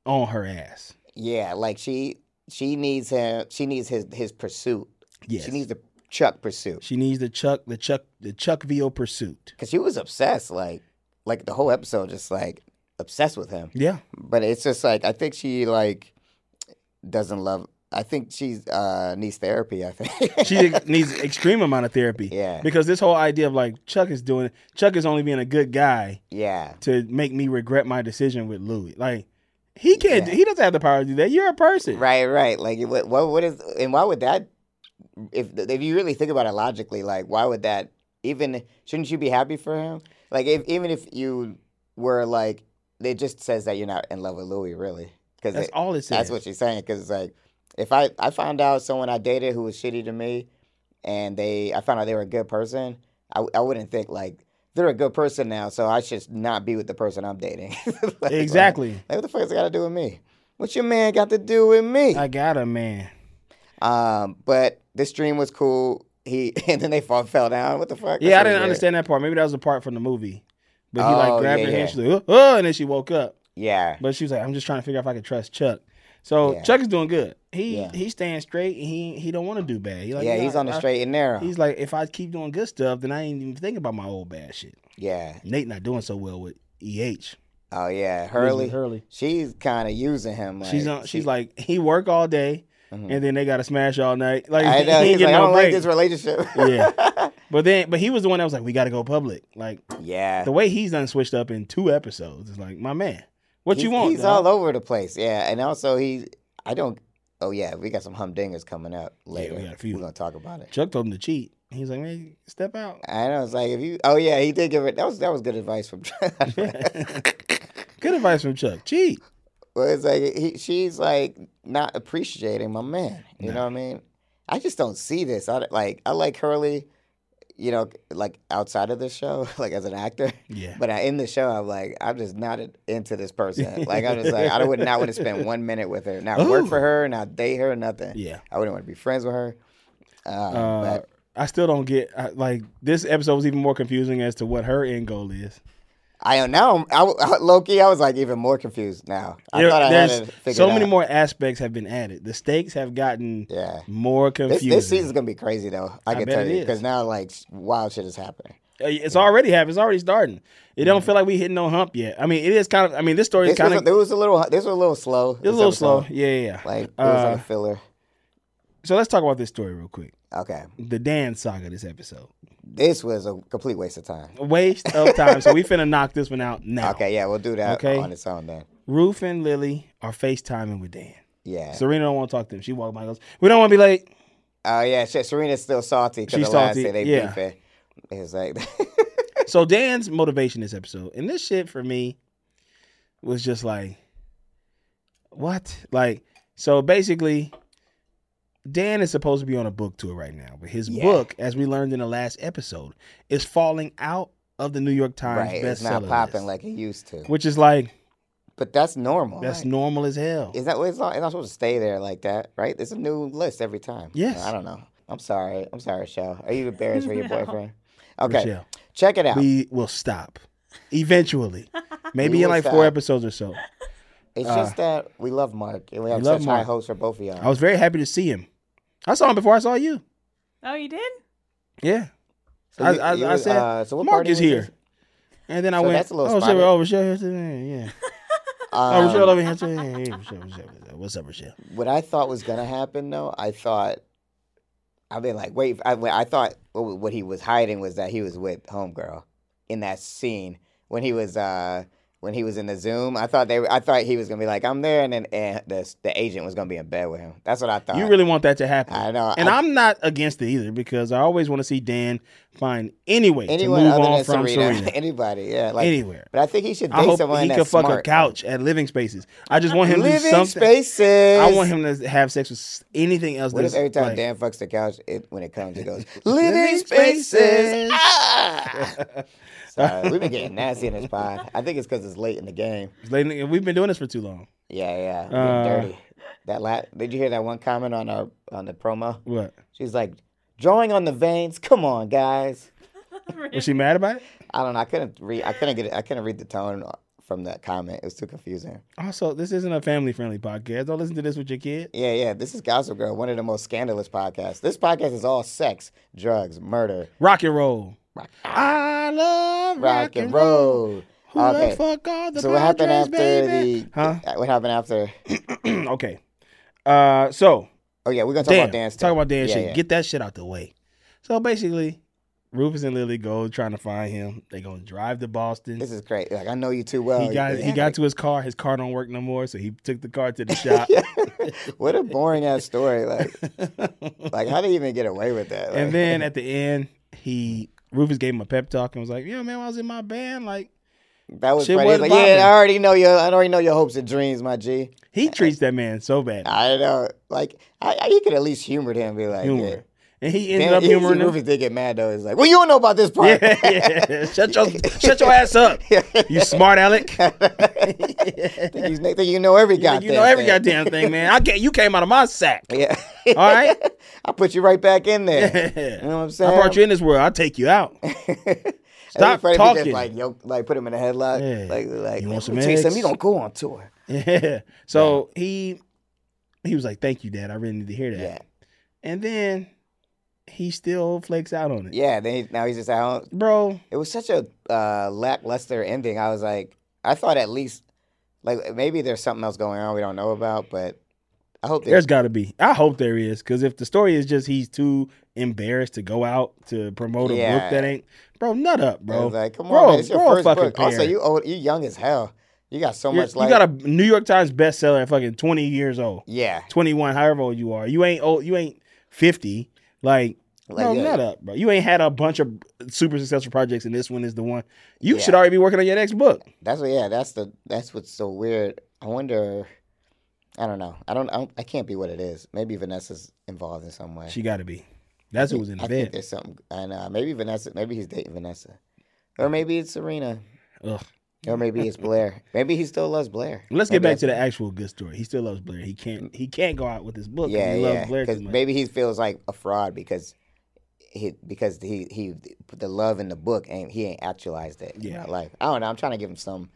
[SPEAKER 2] on her ass.
[SPEAKER 3] Yeah, like she she needs him. She needs his his pursuit.
[SPEAKER 2] Yes.
[SPEAKER 3] She needs to Chuck pursuit
[SPEAKER 2] She needs the Chuck, the Chuck, the Chuck Vio pursuit.
[SPEAKER 3] because she was obsessed. Like, like the whole episode, just like obsessed with him.
[SPEAKER 2] Yeah,
[SPEAKER 3] But it's just like I think she like doesn't love. I think she's uh needs therapy. I think
[SPEAKER 2] she needs extreme amount of therapy.
[SPEAKER 3] Yeah.
[SPEAKER 2] because this whole idea of like Chuck is doing it. Chuck is only being a good guy
[SPEAKER 3] yeah.
[SPEAKER 2] to make me regret my decision with Louis. Like he can't.
[SPEAKER 3] Yeah.
[SPEAKER 2] He doesn't have the power to do that. You're a person.
[SPEAKER 3] Right, right. Like, what, what, what is, and why would that? If if you really think about it logically, like, why would that even? Shouldn't you be happy for him? Like, if even if you were like, it just says that you're not in love with Louis, really, because
[SPEAKER 2] That's all it says.
[SPEAKER 3] that's what she's saying. Because like, if I I found out someone I dated who was shitty to me, and they I found out they were a good person, I I wouldn't think like they're a good person now, so I should not be with the person I'm dating. Like, like,
[SPEAKER 2] Exactly.
[SPEAKER 3] like, what the fuck has it got to do with me? What your man got to do with me?
[SPEAKER 2] I got a man.
[SPEAKER 3] Um, but this dream was cool. He and then they fall, fell down. What the fuck?
[SPEAKER 2] Yeah, I
[SPEAKER 3] That's
[SPEAKER 2] didn't
[SPEAKER 3] weird.
[SPEAKER 2] understand that part. Maybe that was a part from the movie. But he
[SPEAKER 3] Oh,
[SPEAKER 2] like grabbed
[SPEAKER 3] yeah,
[SPEAKER 2] her hand.
[SPEAKER 3] yeah.
[SPEAKER 2] She was like, oh, oh, and then she woke up.
[SPEAKER 3] Yeah,
[SPEAKER 2] But she was like, I'm just trying to figure out if I could trust Chuck. So
[SPEAKER 3] Yeah.
[SPEAKER 2] Chuck is doing good. He
[SPEAKER 3] Yeah.
[SPEAKER 2] he's staying straight. And he he don't want to do bad. He like,
[SPEAKER 3] yeah,
[SPEAKER 2] "You know,
[SPEAKER 3] he's on the
[SPEAKER 2] uh, I-
[SPEAKER 3] straight and narrow.
[SPEAKER 2] He's like, if I keep doing good stuff, then I ain't even thinking about my old bad shit.
[SPEAKER 3] yeah,
[SPEAKER 2] Nate not doing so well with EH.
[SPEAKER 3] oh yeah, Hurley.
[SPEAKER 2] Hurley.
[SPEAKER 3] She's kind of using him. Like,
[SPEAKER 2] she's on,
[SPEAKER 3] she- mm-hmm.
[SPEAKER 2] she's like he work all day, and then they got to smash all night. Like
[SPEAKER 3] I know.
[SPEAKER 2] he
[SPEAKER 3] He's
[SPEAKER 2] ain't getting
[SPEAKER 3] like, I
[SPEAKER 2] no
[SPEAKER 3] don't like
[SPEAKER 2] break.
[SPEAKER 3] this relationship.
[SPEAKER 2] Yeah. But then, but he was the one that was like, we got to go public. Like
[SPEAKER 3] yeah.
[SPEAKER 2] the way he's done switched up in two episodes is like, my man, what
[SPEAKER 3] He's-
[SPEAKER 2] you want?
[SPEAKER 3] He's
[SPEAKER 2] dog?
[SPEAKER 3] all over the place. Yeah, and also he, I don't. Oh yeah, we got some humdingers coming up later.
[SPEAKER 2] got a few.
[SPEAKER 3] We're gonna talk about it.
[SPEAKER 2] Chuck told him to cheat. He's like, man, step out.
[SPEAKER 3] I know. It's like if you. Oh yeah, he did give it. That was that was good advice from.
[SPEAKER 2] Good advice from Chuck. Cheat.
[SPEAKER 3] Well, it's like he, she's like not appreciating my man. You know what I mean? I just don't see this. I don't- like I like Hurley, you know, like outside of the show, like as an actor.
[SPEAKER 2] Yeah.
[SPEAKER 3] But I, in the show, I'm like, I'm just not into this person. Like I'm just like I would not want to spend one minute with her, not work for
[SPEAKER 2] Ooh.
[SPEAKER 3] her, not date her, nothing.
[SPEAKER 2] Yeah.
[SPEAKER 3] I wouldn't want to be friends with her. Um,
[SPEAKER 2] Uh,
[SPEAKER 3] but
[SPEAKER 2] I still don't get I, like this episode was even more confusing as to what her end goal is.
[SPEAKER 3] I don't know. I, I, Loki, I was like even more confused now. I
[SPEAKER 2] There-
[SPEAKER 3] thought I had it
[SPEAKER 2] there's
[SPEAKER 3] figured
[SPEAKER 2] so many
[SPEAKER 3] out.
[SPEAKER 2] more aspects have been added. The stakes have gotten
[SPEAKER 3] Yeah.
[SPEAKER 2] more
[SPEAKER 3] This,
[SPEAKER 2] confusing.
[SPEAKER 3] this season's gonna be crazy though. I,
[SPEAKER 2] I
[SPEAKER 3] can
[SPEAKER 2] bet
[SPEAKER 3] tell
[SPEAKER 2] it
[SPEAKER 3] you
[SPEAKER 2] is.
[SPEAKER 3] because now like s- wild shit is happening.
[SPEAKER 2] Uh, It's already happening. It's already starting. It don't feel like we hitting no hump yet. I mean, it is kind of. I mean, this story
[SPEAKER 3] Mm-hmm. This
[SPEAKER 2] is kind
[SPEAKER 3] was,
[SPEAKER 2] of.
[SPEAKER 3] a, it was a little. This was a little slow.
[SPEAKER 2] It's a little slow. Yeah, yeah. yeah.
[SPEAKER 3] Like it was
[SPEAKER 2] Uh,
[SPEAKER 3] like a filler.
[SPEAKER 2] so let's talk about this story real quick.
[SPEAKER 3] Okay,
[SPEAKER 2] The Dan saga. This episode.
[SPEAKER 3] this was a complete waste of time.
[SPEAKER 2] waste of time. so we finna knock this one out now.
[SPEAKER 3] Okay, yeah, we'll do that
[SPEAKER 2] Okay.
[SPEAKER 3] on its own then.
[SPEAKER 2] Roof and Lily are FaceTiming with Dan.
[SPEAKER 3] Yeah.
[SPEAKER 2] Serena don't want to talk to him. She walked by and goes, We don't want to be late.
[SPEAKER 3] Oh yeah, shit, Serena's still salty because
[SPEAKER 2] She's
[SPEAKER 3] the last
[SPEAKER 2] salty,
[SPEAKER 3] day they
[SPEAKER 2] yeah.
[SPEAKER 3] beefing. It's like
[SPEAKER 2] So Dan's motivation this episode, and this shit for me was just like, What? Like, so basically, Dan is supposed to be on a book tour right now, but his
[SPEAKER 3] Yeah.
[SPEAKER 2] book, as we learned in the last episode, is falling out of the New York Times
[SPEAKER 3] right,
[SPEAKER 2] bestseller
[SPEAKER 3] it's not
[SPEAKER 2] list,
[SPEAKER 3] popping like it used to.
[SPEAKER 2] which is like
[SPEAKER 3] But that's normal.
[SPEAKER 2] that's
[SPEAKER 3] right?
[SPEAKER 2] normal as hell.
[SPEAKER 3] Is that it's not, it's not supposed to stay there like that, right? It's a new list every time.
[SPEAKER 2] Yes.
[SPEAKER 3] I don't know. I'm sorry. I'm sorry, Shell. Are you embarrassed for your boyfriend? Okay.
[SPEAKER 2] Rochelle.
[SPEAKER 3] Check it out.
[SPEAKER 2] we will stop eventually. Maybe
[SPEAKER 3] We
[SPEAKER 2] in
[SPEAKER 3] will
[SPEAKER 2] like four
[SPEAKER 3] stop.
[SPEAKER 2] episodes or so.
[SPEAKER 3] it's just that we love Mark and we have
[SPEAKER 2] uh, we love
[SPEAKER 3] such high
[SPEAKER 2] Mark.
[SPEAKER 3] hopes for both of y'all.
[SPEAKER 2] I was very happy to see him. I saw him before I saw you.
[SPEAKER 4] Oh, you did?
[SPEAKER 2] Yeah.
[SPEAKER 3] So
[SPEAKER 2] I,
[SPEAKER 3] you-
[SPEAKER 2] I,
[SPEAKER 3] you
[SPEAKER 2] I
[SPEAKER 3] was,
[SPEAKER 2] said,
[SPEAKER 3] uh, so what
[SPEAKER 2] Mark
[SPEAKER 3] party
[SPEAKER 2] is
[SPEAKER 3] was
[SPEAKER 2] here.
[SPEAKER 3] this?
[SPEAKER 2] And then I
[SPEAKER 3] So
[SPEAKER 2] went,
[SPEAKER 3] that's a little
[SPEAKER 2] oh, shit,
[SPEAKER 3] spotted.
[SPEAKER 2] oh, Rochelle, here's the- yeah. oh,
[SPEAKER 3] Um,
[SPEAKER 2] Rochelle over here. too. Yeah, yeah, Rochelle, Rochelle, Rochelle. What's up, Rochelle?
[SPEAKER 3] what I thought was gonna happen though, I thought, I mean, like, wait, I, I thought what, what he was hiding was that he was with homegirl in that scene when he was uh when he was in the Zoom. I thought they, were- I thought he was gonna be like, I'm there, and then and the the agent was gonna be in bed with him. That's what I thought.
[SPEAKER 2] You really want that to happen.
[SPEAKER 3] I know.
[SPEAKER 2] And
[SPEAKER 3] I-
[SPEAKER 2] I, am not against it either because I always want to see Dan find any way
[SPEAKER 3] anyone
[SPEAKER 2] to move
[SPEAKER 3] other
[SPEAKER 2] on
[SPEAKER 3] than
[SPEAKER 2] from
[SPEAKER 3] Serena,
[SPEAKER 2] Serena.
[SPEAKER 3] anybody, yeah, like
[SPEAKER 2] Anywhere.
[SPEAKER 3] But I think he should date
[SPEAKER 2] I hope
[SPEAKER 3] someone
[SPEAKER 2] he
[SPEAKER 3] that's
[SPEAKER 2] could fuck
[SPEAKER 3] smart.
[SPEAKER 2] a couch at Living Spaces. I just want him to do
[SPEAKER 3] Living
[SPEAKER 2] something.
[SPEAKER 3] spaces.
[SPEAKER 2] I want him to have sex with anything else.
[SPEAKER 3] What if
[SPEAKER 2] that's,
[SPEAKER 3] every time
[SPEAKER 2] like-
[SPEAKER 3] Dan fucks the couch, it when it comes, it goes
[SPEAKER 2] Living
[SPEAKER 3] living
[SPEAKER 2] spaces.
[SPEAKER 3] spaces. Ah! Sorry, we've been getting nasty in this pod. I think it's because it's late in the game.
[SPEAKER 2] Lately, we've been doing this for too long.
[SPEAKER 3] Yeah, yeah, we're
[SPEAKER 2] Uh.
[SPEAKER 3] getting dirty. That la- did you hear that one comment on our on the promo?
[SPEAKER 2] What?
[SPEAKER 3] She's like, drawing on the veins. Come on, guys.
[SPEAKER 2] Was she mad about it?
[SPEAKER 3] I don't know. I couldn't read. I couldn't get. It, I couldn't read the tone from that comment. It was too confusing.
[SPEAKER 2] Also, this isn't a family friendly podcast. Don't listen to this with your kid.
[SPEAKER 3] Yeah, yeah. This is Gossip Girl, one of the most scandalous podcasts. This podcast is all sex, drugs, murder,
[SPEAKER 2] Rock and roll.
[SPEAKER 3] rock,
[SPEAKER 2] I love rock,
[SPEAKER 3] rock and roll.
[SPEAKER 2] Who
[SPEAKER 3] Okay.
[SPEAKER 2] the fuck are the
[SPEAKER 3] so what happened after
[SPEAKER 2] Padres, baby?
[SPEAKER 3] the? What happened after?
[SPEAKER 2] Huh? okay. Uh, so
[SPEAKER 3] Oh yeah, we're gonna talk
[SPEAKER 2] Dan,
[SPEAKER 3] about dance.
[SPEAKER 2] talk about Dan shit. Get that shit out the way. So basically, Rufus and Lily go trying to find him. They gonna drive to Boston.
[SPEAKER 3] This is great. Like I know you too well.
[SPEAKER 2] he got he got to his car. His car don't work no more, so he took the car to the shop.
[SPEAKER 3] what a boring ass story. Like, like how do you even get away with that? Like,
[SPEAKER 2] And then at the end, he Rufus gave him a pep talk and was like, "Yeah, man, I was in my band." Like
[SPEAKER 3] that was
[SPEAKER 2] shit
[SPEAKER 3] funny.
[SPEAKER 2] wasn't
[SPEAKER 3] Like, yeah,
[SPEAKER 2] popping.
[SPEAKER 3] I already know your, I already know your hopes and dreams, my G.
[SPEAKER 2] he treats that man so bad,
[SPEAKER 3] I know. Like, I, I you could at least humored him, and be like,
[SPEAKER 2] humor,
[SPEAKER 3] yeah.
[SPEAKER 2] and he ended
[SPEAKER 3] Dan,
[SPEAKER 2] up humoring him.
[SPEAKER 3] Rufus did get mad though. He's like, well, you don't know about this part.
[SPEAKER 2] yeah, yeah. Shut your shut your ass up, you smart aleck.
[SPEAKER 3] think, you, think you know every goddamn.
[SPEAKER 2] you know every
[SPEAKER 3] thing.
[SPEAKER 2] goddamn thing, man. I get you came out of my sack.
[SPEAKER 3] Yeah.
[SPEAKER 2] All right,
[SPEAKER 3] I put you right back in there. You know what I'm saying?
[SPEAKER 2] I brought you in this world. I'll take you out.
[SPEAKER 3] And then
[SPEAKER 2] Stop
[SPEAKER 3] Freddie Just,
[SPEAKER 2] talking.
[SPEAKER 3] like, yo, like put him in a headlock.
[SPEAKER 2] Yeah.
[SPEAKER 3] Like, like
[SPEAKER 2] You want
[SPEAKER 3] let
[SPEAKER 2] some
[SPEAKER 3] me tell you
[SPEAKER 2] eggs?
[SPEAKER 3] something, You don't go on tour.
[SPEAKER 2] Yeah. So he he was like, "Thank you, Dad. I really need to hear that."
[SPEAKER 3] Yeah.
[SPEAKER 2] And then he still flakes out on it,
[SPEAKER 3] Yeah. Then he, now he's just out.
[SPEAKER 2] bro.
[SPEAKER 3] It was such a uh, lackluster ending. I was like, I thought at least, like maybe there's something else going on we don't know about, but I hope
[SPEAKER 2] There's got to be. I hope there is, because if the story is just he's too embarrassed to go out to promote a
[SPEAKER 3] Yeah.
[SPEAKER 2] book that ain't, bro, nut up,
[SPEAKER 3] I
[SPEAKER 2] bro.
[SPEAKER 3] was like, come
[SPEAKER 2] Grow
[SPEAKER 3] on,
[SPEAKER 2] a-
[SPEAKER 3] man, it's your
[SPEAKER 2] grow a
[SPEAKER 3] first
[SPEAKER 2] fucking
[SPEAKER 3] book. Also,
[SPEAKER 2] parent.
[SPEAKER 3] you old, you young as hell. You got so
[SPEAKER 2] You're-
[SPEAKER 3] much. Like,
[SPEAKER 2] you got a New York Times bestseller at fucking 20 years old,
[SPEAKER 3] yeah.
[SPEAKER 2] 21, however old you are. You ain't old. You ain't 50. Like,
[SPEAKER 3] Like,
[SPEAKER 2] bro,
[SPEAKER 3] yeah.
[SPEAKER 2] nut up, bro. You ain't had a bunch of super successful projects, and this one is the one. You
[SPEAKER 3] Yeah.
[SPEAKER 2] should already be working on your next book.
[SPEAKER 3] That's what. Yeah, that's the. That's what's so weird. I wonder. I don't know. I don't. I, don't, I can't be what it is. Maybe Vanessa's involved in some way.
[SPEAKER 2] She got to be. That's who was in the
[SPEAKER 3] I think
[SPEAKER 2] bed.
[SPEAKER 3] there's something. I know. Maybe Vanessa. Maybe he's dating Vanessa, or maybe it's Serena,
[SPEAKER 2] Ugh.
[SPEAKER 3] or maybe it's Blair. Maybe he still loves Blair.
[SPEAKER 2] Let's get
[SPEAKER 3] Maybe
[SPEAKER 2] back to the
[SPEAKER 3] that's-
[SPEAKER 2] actual good story. He still loves Blair. He can't. He can't go out with his book. 'cause
[SPEAKER 3] Yeah,
[SPEAKER 2] he
[SPEAKER 3] yeah.
[SPEAKER 2] loves Blair
[SPEAKER 3] Because
[SPEAKER 2] too much.
[SPEAKER 3] maybe he feels like a fraud because he because he he put the love in the book and he ain't actualized it in
[SPEAKER 2] Yeah.
[SPEAKER 3] real life. I don't know. I'm trying to give him some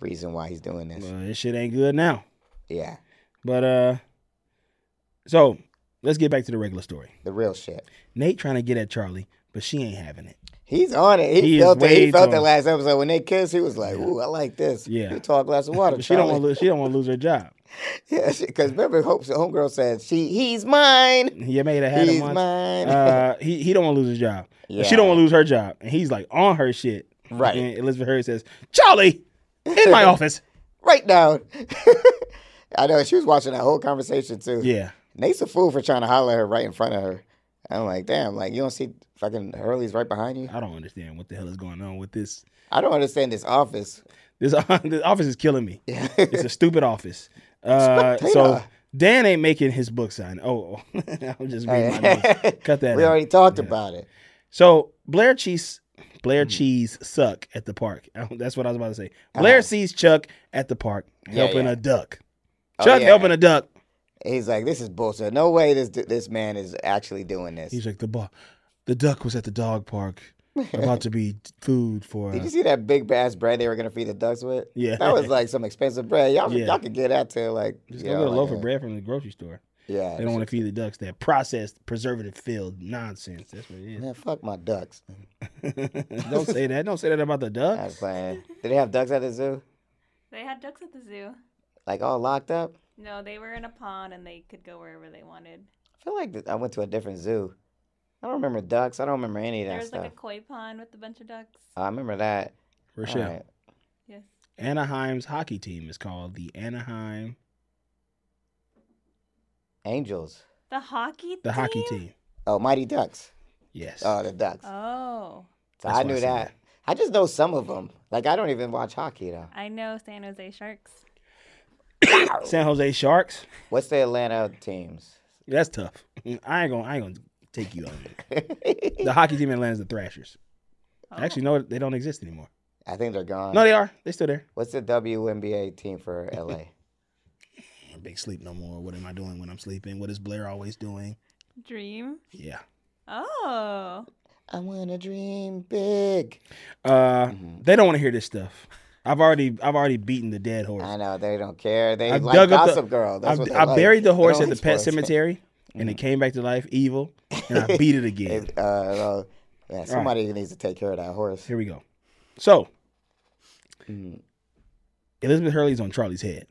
[SPEAKER 3] reason why he's doing this.
[SPEAKER 2] Well, this shit ain't good now.
[SPEAKER 3] Yeah,
[SPEAKER 2] But uh so let's get back to the regular story.
[SPEAKER 3] the real shit.
[SPEAKER 2] Nate trying to get at Charlie, but she ain't having it.
[SPEAKER 3] He's on it. He,
[SPEAKER 2] He is
[SPEAKER 3] felt it. He
[SPEAKER 2] way
[SPEAKER 3] felt
[SPEAKER 2] too
[SPEAKER 3] that
[SPEAKER 2] on it.
[SPEAKER 3] last episode when they kissed. He was like, "Ooh, I like this."
[SPEAKER 2] Yeah.
[SPEAKER 3] you tall glass of water.
[SPEAKER 2] But she don't
[SPEAKER 3] Charlie.
[SPEAKER 2] want to. She don't want to lose her job.
[SPEAKER 3] Yeah, because remember, Hope, homegirl said she he's mine.
[SPEAKER 2] You made a had
[SPEAKER 3] He's
[SPEAKER 2] him once.
[SPEAKER 3] mine.
[SPEAKER 2] Uh, he he don't want to lose his job. But She
[SPEAKER 3] Yeah.
[SPEAKER 2] don't want to lose her job, and he's like on her shit.
[SPEAKER 3] Right.
[SPEAKER 2] And Elizabeth Hurley says, "Charlie, in my office."
[SPEAKER 3] right now. I know she was watching that whole conversation too.
[SPEAKER 2] Yeah.
[SPEAKER 3] Nate's a fool for trying to holler at her right in front of her. I'm like, damn, like you don't see fucking Hurley's right behind you.
[SPEAKER 2] I don't understand what the hell is going on with this.
[SPEAKER 3] I don't understand this office.
[SPEAKER 2] This, this office is killing me. it's a stupid office. Uh, so
[SPEAKER 3] Spectator.
[SPEAKER 2] Dan ain't making his book sign. Oh, I'm just reading my notes. Cut that.
[SPEAKER 3] We
[SPEAKER 2] out.
[SPEAKER 3] already talked about it.
[SPEAKER 2] So Blair Cheese, Blair
[SPEAKER 3] Hmm.
[SPEAKER 2] Cheese suck at the park. That's what I was about to say. Blair sees Chuck at the park helping
[SPEAKER 3] Uh-huh. yeah. Oh,
[SPEAKER 2] a duck. Chuck
[SPEAKER 3] yeah.
[SPEAKER 2] helping a duck.
[SPEAKER 3] He's like, this is bullshit. No way this this man is actually doing this.
[SPEAKER 2] He's like the bo- the duck was at the dog park, about to be food for. uh,
[SPEAKER 3] Did you
[SPEAKER 2] us.
[SPEAKER 3] see that big ass bread they were gonna feed the ducks with?
[SPEAKER 2] Yeah.
[SPEAKER 3] that was like some expensive bread. Y'all,
[SPEAKER 2] Yeah.
[SPEAKER 3] y'all could get out to like
[SPEAKER 2] Just
[SPEAKER 3] you
[SPEAKER 2] go
[SPEAKER 3] know,
[SPEAKER 2] get a
[SPEAKER 3] like
[SPEAKER 2] loaf of bread from the grocery store.
[SPEAKER 3] Yeah,
[SPEAKER 2] They don't want to feed the ducks that processed, preservative-filled nonsense. That's what it
[SPEAKER 3] Man, fuck my ducks.
[SPEAKER 2] is. don't say that. Don't say that about the
[SPEAKER 3] I
[SPEAKER 2] duck.
[SPEAKER 3] was playing. Did they have ducks at the zoo?
[SPEAKER 4] They had ducks at the zoo.
[SPEAKER 3] Like all locked up?
[SPEAKER 4] No, they were in a pond and they could go wherever they wanted.
[SPEAKER 3] I feel like that I went to a different zoo. I don't remember ducks. I don't remember any of
[SPEAKER 4] There
[SPEAKER 3] that
[SPEAKER 4] was
[SPEAKER 3] stuff.
[SPEAKER 4] like a koi pond with a bunch of ducks.
[SPEAKER 3] I remember that.
[SPEAKER 2] Rochelle,
[SPEAKER 3] All right.
[SPEAKER 4] Yes.
[SPEAKER 2] Anaheim's hockey team is called the Anaheim
[SPEAKER 3] Angels.
[SPEAKER 4] The hockey
[SPEAKER 2] the hockey team.
[SPEAKER 3] Oh, Mighty Ducks.
[SPEAKER 2] Yes.
[SPEAKER 3] Oh, the ducks.
[SPEAKER 4] Oh.
[SPEAKER 3] so
[SPEAKER 2] that's
[SPEAKER 3] I
[SPEAKER 2] why I
[SPEAKER 3] knew
[SPEAKER 2] said
[SPEAKER 3] that.
[SPEAKER 2] that.
[SPEAKER 3] I just know some of them. Like I don't even watch hockey though.
[SPEAKER 4] I know San Jose Sharks.
[SPEAKER 2] San Jose Sharks.
[SPEAKER 3] What's the Atlanta teams?
[SPEAKER 2] That's tough. I ain't gonna I ain't gonna take you on it. the hockey team in Atlanta is the Thrashers. Actually, no, they don't exist anymore.
[SPEAKER 3] I think they're gone.
[SPEAKER 2] No, they are. They're still there.
[SPEAKER 3] What's the WNBA team for LA?
[SPEAKER 2] I'm big sleep no more. What am I doing when I'm sleeping? What is Blair always doing?
[SPEAKER 4] Dream.
[SPEAKER 2] Yeah.
[SPEAKER 4] Oh.
[SPEAKER 3] I wanna dream big.
[SPEAKER 2] Mm-hmm. Uh, They don't want to hear this stuff. I've already I've already beaten the dead horse.
[SPEAKER 3] I know they don't care. They
[SPEAKER 2] I've
[SPEAKER 3] like
[SPEAKER 2] up
[SPEAKER 3] Gossip Girl. That's
[SPEAKER 2] I've-
[SPEAKER 3] what they
[SPEAKER 2] I
[SPEAKER 3] like.
[SPEAKER 2] buried the
[SPEAKER 3] They
[SPEAKER 2] horse
[SPEAKER 3] don't
[SPEAKER 2] at the
[SPEAKER 3] like
[SPEAKER 2] pet
[SPEAKER 3] sports.
[SPEAKER 2] cemetery, and it came back to life, evil, and I beat Mm-hmm. it again.
[SPEAKER 3] It- uh, uh, yeah, somebody needs to take care of that horse.
[SPEAKER 2] Here we go. So,
[SPEAKER 3] Mm-hmm.
[SPEAKER 2] Elizabeth Hurley's on Charlie's head.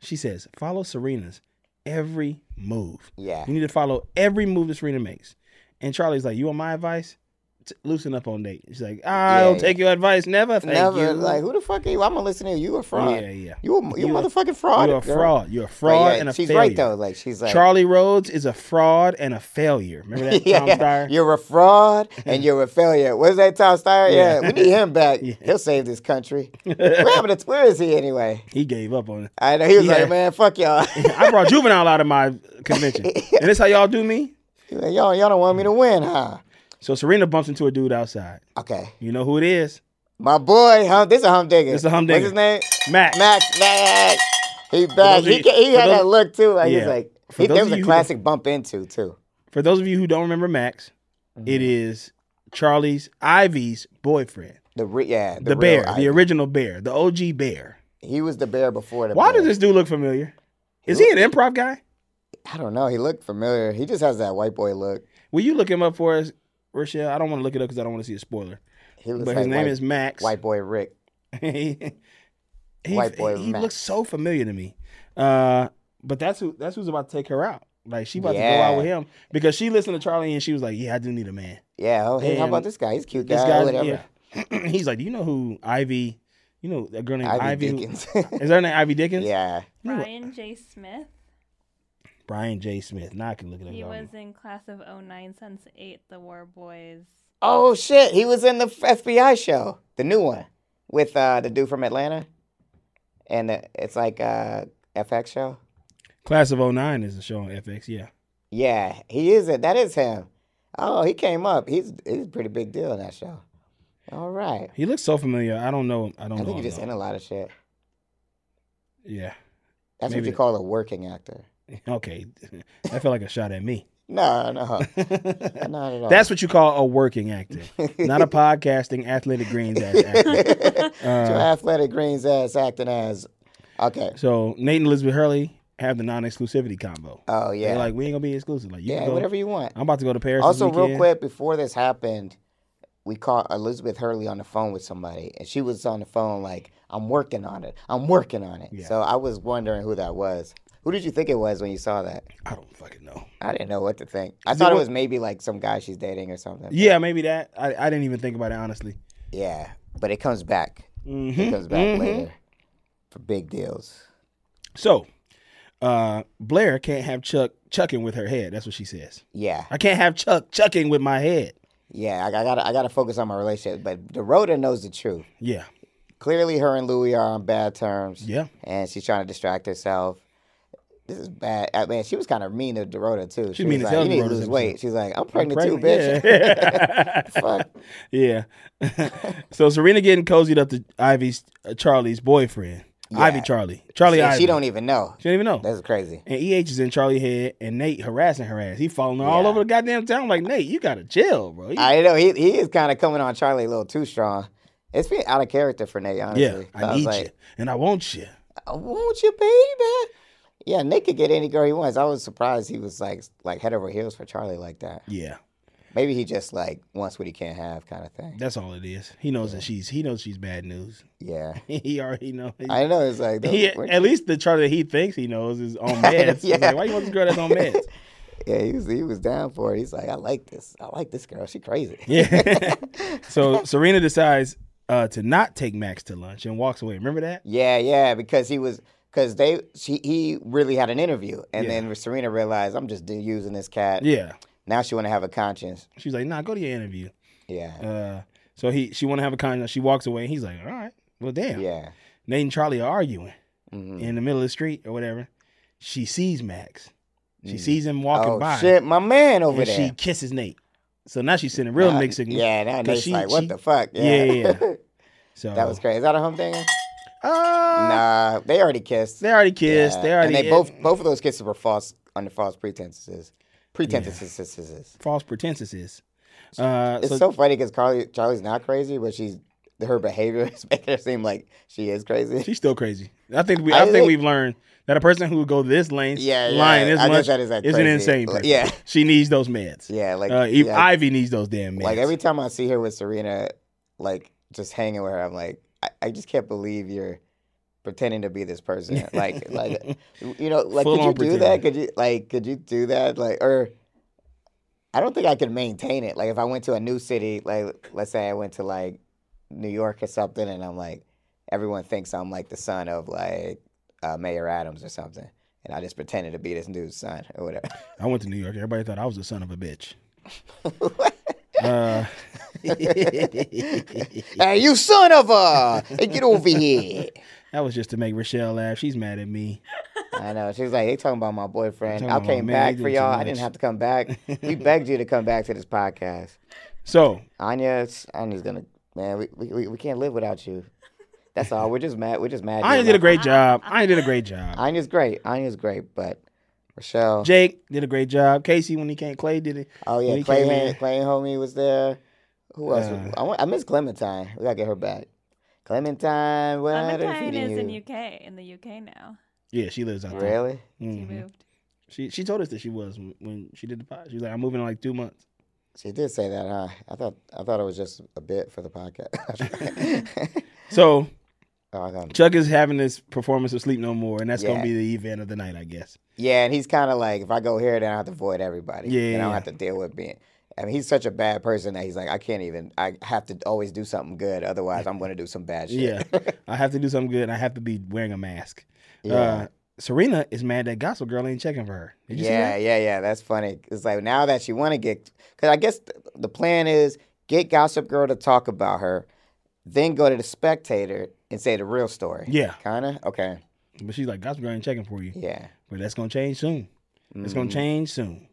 [SPEAKER 2] She says, "Follow Serena's every move.
[SPEAKER 3] Yeah.
[SPEAKER 2] You need to follow every move that Serena makes." And Charlie's like, "You want my advice? T- loosen up on date." She's like, "I'll
[SPEAKER 3] yeah.
[SPEAKER 2] take your advice. Never, thank
[SPEAKER 3] Never
[SPEAKER 2] you." Oh,
[SPEAKER 3] like who the fuck are you? I'm gonna listen to you. You a fraud.
[SPEAKER 2] Yeah, yeah.
[SPEAKER 3] You a, you,
[SPEAKER 2] You
[SPEAKER 3] a
[SPEAKER 2] a-
[SPEAKER 3] motherfucking fraud.
[SPEAKER 2] You're a
[SPEAKER 3] girl.
[SPEAKER 2] fraud. You're a
[SPEAKER 3] But yeah,
[SPEAKER 2] fraud and a
[SPEAKER 3] she's
[SPEAKER 2] failure.
[SPEAKER 3] right though. Like she's like
[SPEAKER 2] Charlie Rhodes is a fraud and a failure. Remember that Tom
[SPEAKER 3] yeah,
[SPEAKER 2] Dyer?
[SPEAKER 3] you're a fraud and you're a failure. Where's that Tom Steyer?
[SPEAKER 2] Yeah.
[SPEAKER 3] Yeah, we need him back. He'll save this country. What happened to where is he anyway?
[SPEAKER 2] He gave up on it.
[SPEAKER 3] I know he was
[SPEAKER 2] Yeah.
[SPEAKER 3] like, man, fuck y'all.
[SPEAKER 2] I brought juvenile out of my convention, and this how y'all do me.
[SPEAKER 3] He like, y'all, y'all don't want me to win, huh?
[SPEAKER 2] So Serena bumps into a dude outside.
[SPEAKER 3] Okay,
[SPEAKER 2] You know who it is?
[SPEAKER 3] my boy, hum, this a humdinger.
[SPEAKER 2] This a humdinger.
[SPEAKER 3] What's his name?
[SPEAKER 2] Max.
[SPEAKER 3] Max. Max. He back.
[SPEAKER 2] those
[SPEAKER 3] He,
[SPEAKER 2] of
[SPEAKER 3] ca-
[SPEAKER 2] you-
[SPEAKER 3] he
[SPEAKER 2] for
[SPEAKER 3] had
[SPEAKER 2] those-
[SPEAKER 3] that look too. Like
[SPEAKER 2] Yeah.
[SPEAKER 3] he's like,
[SPEAKER 2] For
[SPEAKER 3] he,
[SPEAKER 2] those
[SPEAKER 3] there was
[SPEAKER 2] of
[SPEAKER 3] a
[SPEAKER 2] you who-
[SPEAKER 3] classic bump into too.
[SPEAKER 2] For those of you who don't remember Max, it is Charlie's Ivy's boyfriend,
[SPEAKER 3] The re- yeah,
[SPEAKER 2] the,
[SPEAKER 3] real
[SPEAKER 2] bear,
[SPEAKER 3] Ike.
[SPEAKER 2] the original bear, the OG bear.
[SPEAKER 3] He was the bear before the.
[SPEAKER 2] Why
[SPEAKER 3] bear.
[SPEAKER 2] does this dude look familiar? Is he an improv guy?
[SPEAKER 3] I don't know. He looked familiar. He just has that white boy look.
[SPEAKER 2] Will you look him up for us, Rochelle? I don't want to look it up because I don't want to see a spoiler.
[SPEAKER 3] He looks
[SPEAKER 2] But
[SPEAKER 3] like
[SPEAKER 2] his name
[SPEAKER 3] white,
[SPEAKER 2] is Max.
[SPEAKER 3] White Boy Rick.
[SPEAKER 2] he he-
[SPEAKER 3] White boy
[SPEAKER 2] he
[SPEAKER 3] Max.
[SPEAKER 2] looks so familiar to me. Uh, but that's who that's who's about to take her out. Like she about to go
[SPEAKER 3] Yeah.
[SPEAKER 2] out with him because she listened to Charlie and she was like, "Yeah, I do need a man."
[SPEAKER 3] Yeah. Oh, hey, how
[SPEAKER 2] And
[SPEAKER 3] about this guy? He's a cute guy.
[SPEAKER 2] This guy,
[SPEAKER 3] whatever.
[SPEAKER 2] yeah. He's like, "Do you know who Ivy? You know a girl named Ivy,
[SPEAKER 3] Ivy
[SPEAKER 2] who-
[SPEAKER 3] Dickens.
[SPEAKER 2] is her name Ivy Dickens?
[SPEAKER 3] yeah.
[SPEAKER 4] Brian J. Smith.
[SPEAKER 2] Brian J. Smith. Now I can look it up.
[SPEAKER 4] He
[SPEAKER 2] y'all.
[SPEAKER 4] was in class of 09 since 8, the War Boys.
[SPEAKER 3] Oh shit! He was in the f- FBI show, the new one, with uh, the dude from Atlanta, and uh it's like uh, FX show.
[SPEAKER 2] Class of 09 is a show on FX. Yeah,
[SPEAKER 3] Yeah, he is it. That is him. Oh, he came up. He's he's a pretty big deal in that show. All right.
[SPEAKER 2] he looks so familiar. I don't know. I don't
[SPEAKER 3] I
[SPEAKER 2] know.
[SPEAKER 3] think he
[SPEAKER 2] him,
[SPEAKER 3] just
[SPEAKER 2] though.
[SPEAKER 3] in a lot of shit.
[SPEAKER 2] yeah.
[SPEAKER 3] That's
[SPEAKER 2] Maybe
[SPEAKER 3] what you
[SPEAKER 2] the-
[SPEAKER 3] call a working actor.
[SPEAKER 2] Okay, that felt like a shot at me.
[SPEAKER 3] No, no, not at all.
[SPEAKER 2] That's what you call a working actor, not a podcasting athletic greens ass actor.
[SPEAKER 3] Joe Athletic Green's ass acting as. Okay.
[SPEAKER 2] uh, So Nate and Elizabeth Hurley have the non-exclusivity combo.
[SPEAKER 3] Oh
[SPEAKER 2] They're
[SPEAKER 3] yeah.
[SPEAKER 2] like, we ain't gonna be exclusive. Like, you
[SPEAKER 3] yeah,
[SPEAKER 2] can go-
[SPEAKER 3] whatever you want.
[SPEAKER 2] I'm about to go to Paris.
[SPEAKER 3] Also,
[SPEAKER 2] this
[SPEAKER 3] real
[SPEAKER 2] weekend.
[SPEAKER 3] quick, before this happened, we caught Elizabeth Hurley on the phone with somebody, and she was on the phone like, "I'm working on it. I'm working on it." So I was wondering who that was. Who did you think it was when you saw that?
[SPEAKER 2] I don't fucking know.
[SPEAKER 3] I didn't know what to think. I thought it was maybe like some guy she's dating or something.
[SPEAKER 2] Yeah, maybe that. I, I didn't even think about it honestly.
[SPEAKER 3] Yeah, but it comes back. It comes back later for big deals.
[SPEAKER 2] So, uh, Blair can't have Chuck chucking with her head. That's what she says.
[SPEAKER 3] Yeah,
[SPEAKER 2] I can't have Chuck chucking with my head.
[SPEAKER 3] yeah. I, I gotta, I gotta focus on my relationship. But Dorota knows the truth.
[SPEAKER 2] Yeah,
[SPEAKER 3] clearly her and Louis are on bad terms.
[SPEAKER 2] Yeah.
[SPEAKER 3] And she's trying to distract herself. This is bad. I mean, she was kind of mean to Dorota too. She
[SPEAKER 2] mean
[SPEAKER 3] was
[SPEAKER 2] to
[SPEAKER 3] like,
[SPEAKER 2] tell
[SPEAKER 3] you need to
[SPEAKER 2] Dorota
[SPEAKER 3] lose
[SPEAKER 2] this
[SPEAKER 3] weight.
[SPEAKER 2] episode.
[SPEAKER 3] She's like, I'm pregnant,
[SPEAKER 2] Pregnant,
[SPEAKER 3] too, bitch. Fuck.
[SPEAKER 2] yeah. so Serena getting cozied up to Ivy's uh, Charlie's boyfriend. Ivy Charlie. Charlie
[SPEAKER 3] And
[SPEAKER 2] Ivy.
[SPEAKER 3] she don't even know.
[SPEAKER 2] She don't even know.
[SPEAKER 3] That's crazy.
[SPEAKER 2] And EH is in Charlie head, and Nate harassing her ass. He falling all over the goddamn town. like Nate, you gotta chill, bro. You-
[SPEAKER 3] I know he he is kind of coming on Charlie a little too strong. It's been out of character for Nate, honestly.
[SPEAKER 2] yeah,
[SPEAKER 3] So
[SPEAKER 2] I
[SPEAKER 3] was
[SPEAKER 2] need
[SPEAKER 3] like,
[SPEAKER 2] you, and I want you.
[SPEAKER 3] I want you, baby. Yeah, Nick could get any girl he wants. I was surprised he was like like head over heels for Charlie like that.
[SPEAKER 2] Yeah,
[SPEAKER 3] Maybe he just like wants what he can't have kind of thing.
[SPEAKER 2] that's all it is. He knows that she's he knows she's bad news.
[SPEAKER 3] Yeah.
[SPEAKER 2] he already knows.
[SPEAKER 3] I know it's like the,
[SPEAKER 2] He,
[SPEAKER 3] we're-
[SPEAKER 2] at least the Charlie that he thinks he knows is on meds. yeah.
[SPEAKER 3] Yeah.
[SPEAKER 2] like, Why you want this girl that's on meds?
[SPEAKER 3] yeah, he was he was down for it. He's like, I like this. I like this girl. She crazy.
[SPEAKER 2] Yeah. so Serena decides uh, to not take Max to lunch and walks away. Remember that?
[SPEAKER 3] Yeah, yeah, because he was because they she he really had an interview, and
[SPEAKER 2] Yeah.
[SPEAKER 3] then Serena realized I'm just d- using this cat.
[SPEAKER 2] Yeah.
[SPEAKER 3] Now she want to have a conscience.
[SPEAKER 2] She's like, nah, go to your interview.
[SPEAKER 3] Yeah,
[SPEAKER 2] Uh, so he she want to have a conversation. She walks away. And he's like, all right, well, damn.
[SPEAKER 3] yeah. Mm-hmm. Mm.
[SPEAKER 2] Nate and Charlie are arguing in the middle of the street or whatever. She sees Max. She sees him walking
[SPEAKER 3] Oh
[SPEAKER 2] by.
[SPEAKER 3] shit, my man over
[SPEAKER 2] And
[SPEAKER 3] there.
[SPEAKER 2] she kisses Nate. So now she's sending real
[SPEAKER 3] Now-
[SPEAKER 2] mixed signals.
[SPEAKER 3] Yeah, now
[SPEAKER 2] 'cause
[SPEAKER 3] Nate's
[SPEAKER 2] she-
[SPEAKER 3] like, what
[SPEAKER 2] she-
[SPEAKER 3] the fuck?
[SPEAKER 2] Yeah,
[SPEAKER 3] Yeah,
[SPEAKER 2] yeah, yeah. So
[SPEAKER 3] that was crazy. Is that a humdinger?
[SPEAKER 2] Uh,
[SPEAKER 3] Nah, they already kissed.
[SPEAKER 2] They already kissed.
[SPEAKER 3] Yeah,
[SPEAKER 2] They already
[SPEAKER 3] and they both both of those kisses were false under false pretenses. Pretenses.
[SPEAKER 2] false pretenses. Uh,
[SPEAKER 3] It's so, funny because Carly Charlie's not crazy, but she's her behavior is making her seem like she is crazy.
[SPEAKER 2] She's still crazy. I think we. I,
[SPEAKER 3] I
[SPEAKER 2] think,
[SPEAKER 3] think-
[SPEAKER 2] we've learned that a person who would go this lane,
[SPEAKER 3] Yeah, yeah,
[SPEAKER 2] line this
[SPEAKER 3] I guess
[SPEAKER 2] much,
[SPEAKER 3] that is that
[SPEAKER 2] an
[SPEAKER 3] crazy.
[SPEAKER 2] insane
[SPEAKER 3] Like,
[SPEAKER 2] person.
[SPEAKER 3] yeah.
[SPEAKER 2] she needs those meds.
[SPEAKER 3] Yeah, like
[SPEAKER 2] uh, e-
[SPEAKER 3] yeah,
[SPEAKER 2] Ivy needs those damn meds.
[SPEAKER 3] like every time I see her with Serena, like just hanging with her, I'm like, I, I just can't believe you're pretending to be this person. Like, like you know, like
[SPEAKER 2] Full
[SPEAKER 3] could you
[SPEAKER 2] on
[SPEAKER 3] do that?
[SPEAKER 2] pretending.
[SPEAKER 3] Could you like could you do that? Like, or I don't think I could maintain it. Like, if I went to a new city, like let's say I went to like New York or something, and I'm like, everyone thinks I'm like the son of like uh, Mayor Adams or something. And I just pretended to be this dude's son or whatever.
[SPEAKER 2] I went to New York. Everybody thought I was the son of a bitch. uh,
[SPEAKER 3] hey, you son of a! Hey, get over here!
[SPEAKER 2] that was just to make Rochelle laugh. She's mad at me.
[SPEAKER 3] I know. She was like, they talking about my boyfriend.
[SPEAKER 2] Talking
[SPEAKER 3] I
[SPEAKER 2] about my
[SPEAKER 3] came
[SPEAKER 2] man,
[SPEAKER 3] back
[SPEAKER 2] you
[SPEAKER 3] for
[SPEAKER 2] doing too
[SPEAKER 3] y'all. I didn't
[SPEAKER 2] much."
[SPEAKER 3] have to come back. we begged you to come back to this podcast.
[SPEAKER 2] So
[SPEAKER 3] Anya, it's- Anya's gonna man, we, we- we we can't live without you. That's all. We're just mad. We're just mad.
[SPEAKER 2] Anya
[SPEAKER 3] you're
[SPEAKER 2] did a
[SPEAKER 3] not-
[SPEAKER 2] great job. Anya did a great job.
[SPEAKER 3] Anya's great. Anya's great, but Rochelle.
[SPEAKER 2] Jake did a great job. Casey when he came, Clay did it.
[SPEAKER 3] oh
[SPEAKER 2] when
[SPEAKER 3] yeah,
[SPEAKER 2] he
[SPEAKER 3] Clay
[SPEAKER 2] came in.
[SPEAKER 3] Han- Clay homie was there. Who else?
[SPEAKER 2] Uh,
[SPEAKER 3] I, want, I miss Clementine. We gotta get her back. Clementine, what are
[SPEAKER 4] Clementine
[SPEAKER 3] feeding
[SPEAKER 4] is in
[SPEAKER 3] you?
[SPEAKER 4] UK, in the UK now.
[SPEAKER 2] Yeah, she lives out there.
[SPEAKER 3] Really?
[SPEAKER 4] She
[SPEAKER 2] Mhm.
[SPEAKER 4] moved.
[SPEAKER 2] She she told us that she was when- when she did the pod. She was like, I'm moving in like two months.
[SPEAKER 3] She did say that, huh? I thought I thought it was just a bit for the podcast.
[SPEAKER 2] So
[SPEAKER 3] oh, I don't-
[SPEAKER 2] Chuck is having this performance of Sleep No More, and that's gonna
[SPEAKER 3] Yeah.
[SPEAKER 2] be the event of the night, I guess.
[SPEAKER 3] Yeah, and he's kind of like, if I go here, then I have to avoid everybody.
[SPEAKER 2] Yeah,
[SPEAKER 3] and I
[SPEAKER 2] yeah.
[SPEAKER 3] don't have to deal with being. I mean, he's such a bad person that he's like, I can't even. I have to always do something good, otherwise I'm going to do some bad shit.
[SPEAKER 2] Yeah, uh, I have to do something good. and I have to be wearing a mask. Uh,
[SPEAKER 3] Yeah.
[SPEAKER 2] Serena is mad that Gossip Girl ain't checking for her. Did you
[SPEAKER 3] yeah,
[SPEAKER 2] see
[SPEAKER 3] yeah, yeah. That's funny. It's like now that she want to get, because I guess th- the plan is get Gossip Girl to talk about her, then go to the Spectator and say the real story.
[SPEAKER 2] Yeah.
[SPEAKER 3] kind of. Okay.
[SPEAKER 2] that? But she's like, Gossip Girl ain't checking for you.
[SPEAKER 3] Yeah.
[SPEAKER 2] But that's gonna change soon. It's
[SPEAKER 3] Mm.
[SPEAKER 2] gonna change soon.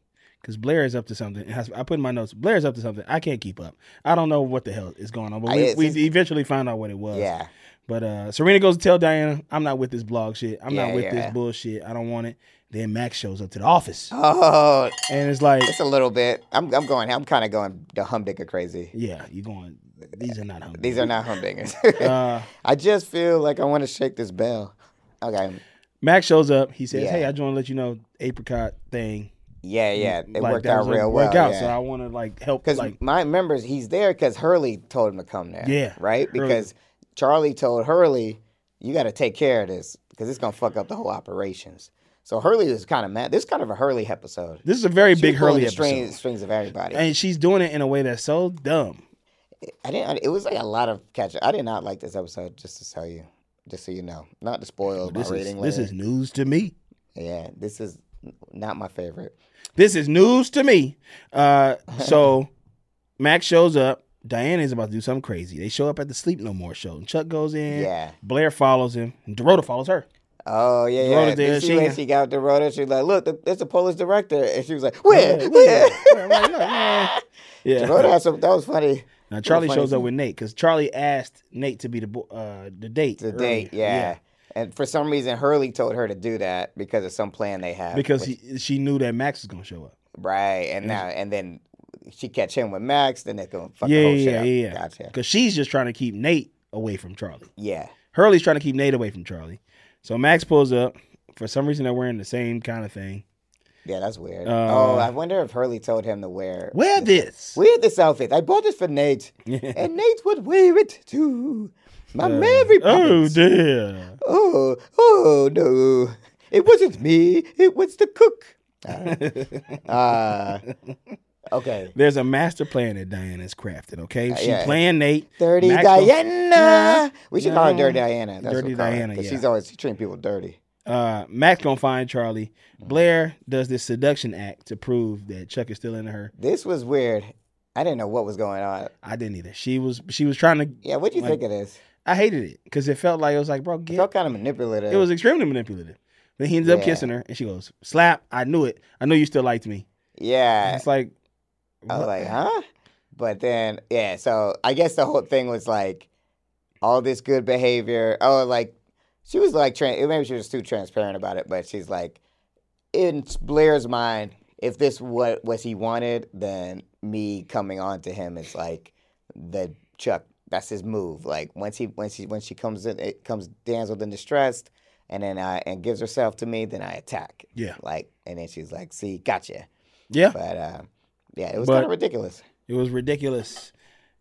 [SPEAKER 2] Cause Blair is up to something. It has- I put in my notes. Blair is up to something. I can't keep up. I don't know what the hell is going on, but
[SPEAKER 3] I-
[SPEAKER 2] we,
[SPEAKER 3] it's-
[SPEAKER 2] we
[SPEAKER 3] it's-
[SPEAKER 2] eventually found out what it was.
[SPEAKER 3] Yeah.
[SPEAKER 2] But uh, Serena goes to tell Diana, "I'm not with this blog shit. I'm not
[SPEAKER 3] Yeah,
[SPEAKER 2] with this
[SPEAKER 3] yeah.
[SPEAKER 2] bullshit. I don't want it." Then Max shows up to the office,
[SPEAKER 3] Oh,
[SPEAKER 2] and it's like,
[SPEAKER 3] it's a little bit. I'm, I'm going. I'm kind of going the humdinger crazy.
[SPEAKER 2] "Yeah, you going? These are not hungry.
[SPEAKER 3] These are not humdingers.
[SPEAKER 2] Uh,
[SPEAKER 3] I just feel like I want to shake this bell. Okay.
[SPEAKER 2] Max shows up. He says,
[SPEAKER 3] Yeah.
[SPEAKER 2] "Hey, I just want to let you know apricot thing.
[SPEAKER 3] Yeah, yeah. It
[SPEAKER 2] Mm, like,
[SPEAKER 3] worked
[SPEAKER 2] that
[SPEAKER 3] out
[SPEAKER 2] was gonna
[SPEAKER 3] real well.
[SPEAKER 2] work out, So I want to like help.
[SPEAKER 3] Because
[SPEAKER 2] Like,
[SPEAKER 3] my members, he's there because Hurley told him to come there.
[SPEAKER 2] Yeah,
[SPEAKER 3] Right?
[SPEAKER 2] Hurley.
[SPEAKER 3] Because Charlie told Hurley, you got to take care of this because it's going to fuck up the whole operations. So Hurley was kind of mad. This is kind of a Hurley episode.
[SPEAKER 2] this is a very
[SPEAKER 3] She
[SPEAKER 2] big
[SPEAKER 3] was pulling
[SPEAKER 2] Hurley
[SPEAKER 3] the strings,
[SPEAKER 2] episode,
[SPEAKER 3] strings of everybody.
[SPEAKER 2] and she's doing it in a way that's so dumb.
[SPEAKER 3] I didn't. It was like a lot of catch. I did not like this episode. Just to tell you, just so you know, not to spoil my
[SPEAKER 2] This is
[SPEAKER 3] rating.
[SPEAKER 2] this
[SPEAKER 3] later.
[SPEAKER 2] is news to me.
[SPEAKER 3] yeah. This is n- not my favorite.
[SPEAKER 2] This is news to me. Uh, so Max shows up. Diana is about to do something crazy. They show up at the Sleep No More show, and Chuck goes in.
[SPEAKER 3] Yeah.
[SPEAKER 2] Blair follows him, and Dorota follows her.
[SPEAKER 3] Oh yeah,
[SPEAKER 2] Dorota
[SPEAKER 3] yeah.
[SPEAKER 2] did
[SPEAKER 3] Did
[SPEAKER 2] it,
[SPEAKER 3] she,
[SPEAKER 2] she-
[SPEAKER 3] when she got Dorota, she was like, "Look, th- it's a Polish director," and she was like, "Where? Where?"
[SPEAKER 2] I'm like, "Look, man." Yeah.
[SPEAKER 3] Dorota had some. That was funny.
[SPEAKER 2] Now Charlie
[SPEAKER 3] funny
[SPEAKER 2] shows up
[SPEAKER 3] thing.
[SPEAKER 2] with Nate because Charlie asked Nate to be the bo- uh, the date.
[SPEAKER 3] The
[SPEAKER 2] earlier.
[SPEAKER 3] date, yeah. And for some reason, Hurley told her to do that because of some plan they have.
[SPEAKER 2] because
[SPEAKER 3] which-
[SPEAKER 2] he, she knew that Max was gonna show up.
[SPEAKER 3] right, and now and then she catch him with Max, then they gonna fuck
[SPEAKER 2] yeah,
[SPEAKER 3] the whole
[SPEAKER 2] yeah,
[SPEAKER 3] shit
[SPEAKER 2] yeah,
[SPEAKER 3] up.
[SPEAKER 2] yeah.
[SPEAKER 3] Gotcha.
[SPEAKER 2] Because she's just trying to keep Nate away from Charlie.
[SPEAKER 3] Yeah,
[SPEAKER 2] Hurley's trying to keep Nate away from Charlie. So Max pulls up. For some reason, they're wearing the same kind of thing.
[SPEAKER 3] yeah, that's weird.
[SPEAKER 2] Uh,
[SPEAKER 3] oh, I wonder if Hurley told him to wear
[SPEAKER 2] Wear this.
[SPEAKER 3] wear this outfit. I bought it for Nate, and Nate would wear it too. My Mary
[SPEAKER 2] Oh
[SPEAKER 3] Poppins.
[SPEAKER 2] dear.
[SPEAKER 3] Oh, oh no. It wasn't me. It was the cook. Uh, okay.
[SPEAKER 2] There's a master plan that Diana's crafted. Okay, she
[SPEAKER 3] yeah.
[SPEAKER 2] planned Nate.
[SPEAKER 3] Dirty
[SPEAKER 2] Max goes-
[SPEAKER 3] Diana. we should call her
[SPEAKER 2] No.
[SPEAKER 3] Dirty Diana.
[SPEAKER 2] Dirty
[SPEAKER 3] That's what we call her,
[SPEAKER 2] Diana,
[SPEAKER 3] 'cause
[SPEAKER 2] yeah.
[SPEAKER 3] She's always treating people dirty.
[SPEAKER 2] uh, Max gonna find Charlie. Blair does this seduction act to prove that Chuck is still into her.
[SPEAKER 3] This was weird. I didn't know what was going on.
[SPEAKER 2] I didn't either. She was she was trying to.
[SPEAKER 3] Yeah, what do you
[SPEAKER 2] Like-
[SPEAKER 3] think of this?
[SPEAKER 2] I hated it because it felt like it was like, bro,
[SPEAKER 3] It
[SPEAKER 2] get.
[SPEAKER 3] felt kind of manipulative.
[SPEAKER 2] It was extremely manipulative. Then he ends up
[SPEAKER 3] Yeah.
[SPEAKER 2] kissing her, and she goes, "Slap! I knew it. I knew you still liked me." And
[SPEAKER 3] yeah.
[SPEAKER 2] it's like,
[SPEAKER 3] I was
[SPEAKER 2] what?
[SPEAKER 3] like, huh? But then, yeah, so I guess the whole thing was like all this good behavior. Oh, like she was like, tran maybe she was too transparent about it, but she's like, in Blair's mind, if this what was he wanted, then me coming on to him is like the Chuck that's his move. Like once he when she when she comes in, it comes damsel in distress, and then I and gives herself to me, then I attack.
[SPEAKER 2] Yeah.
[SPEAKER 3] Like and then she's like, "See, gotcha."
[SPEAKER 2] Yeah,
[SPEAKER 3] But uh, yeah, it was
[SPEAKER 2] But-
[SPEAKER 3] kind of ridiculous.
[SPEAKER 2] it was ridiculous.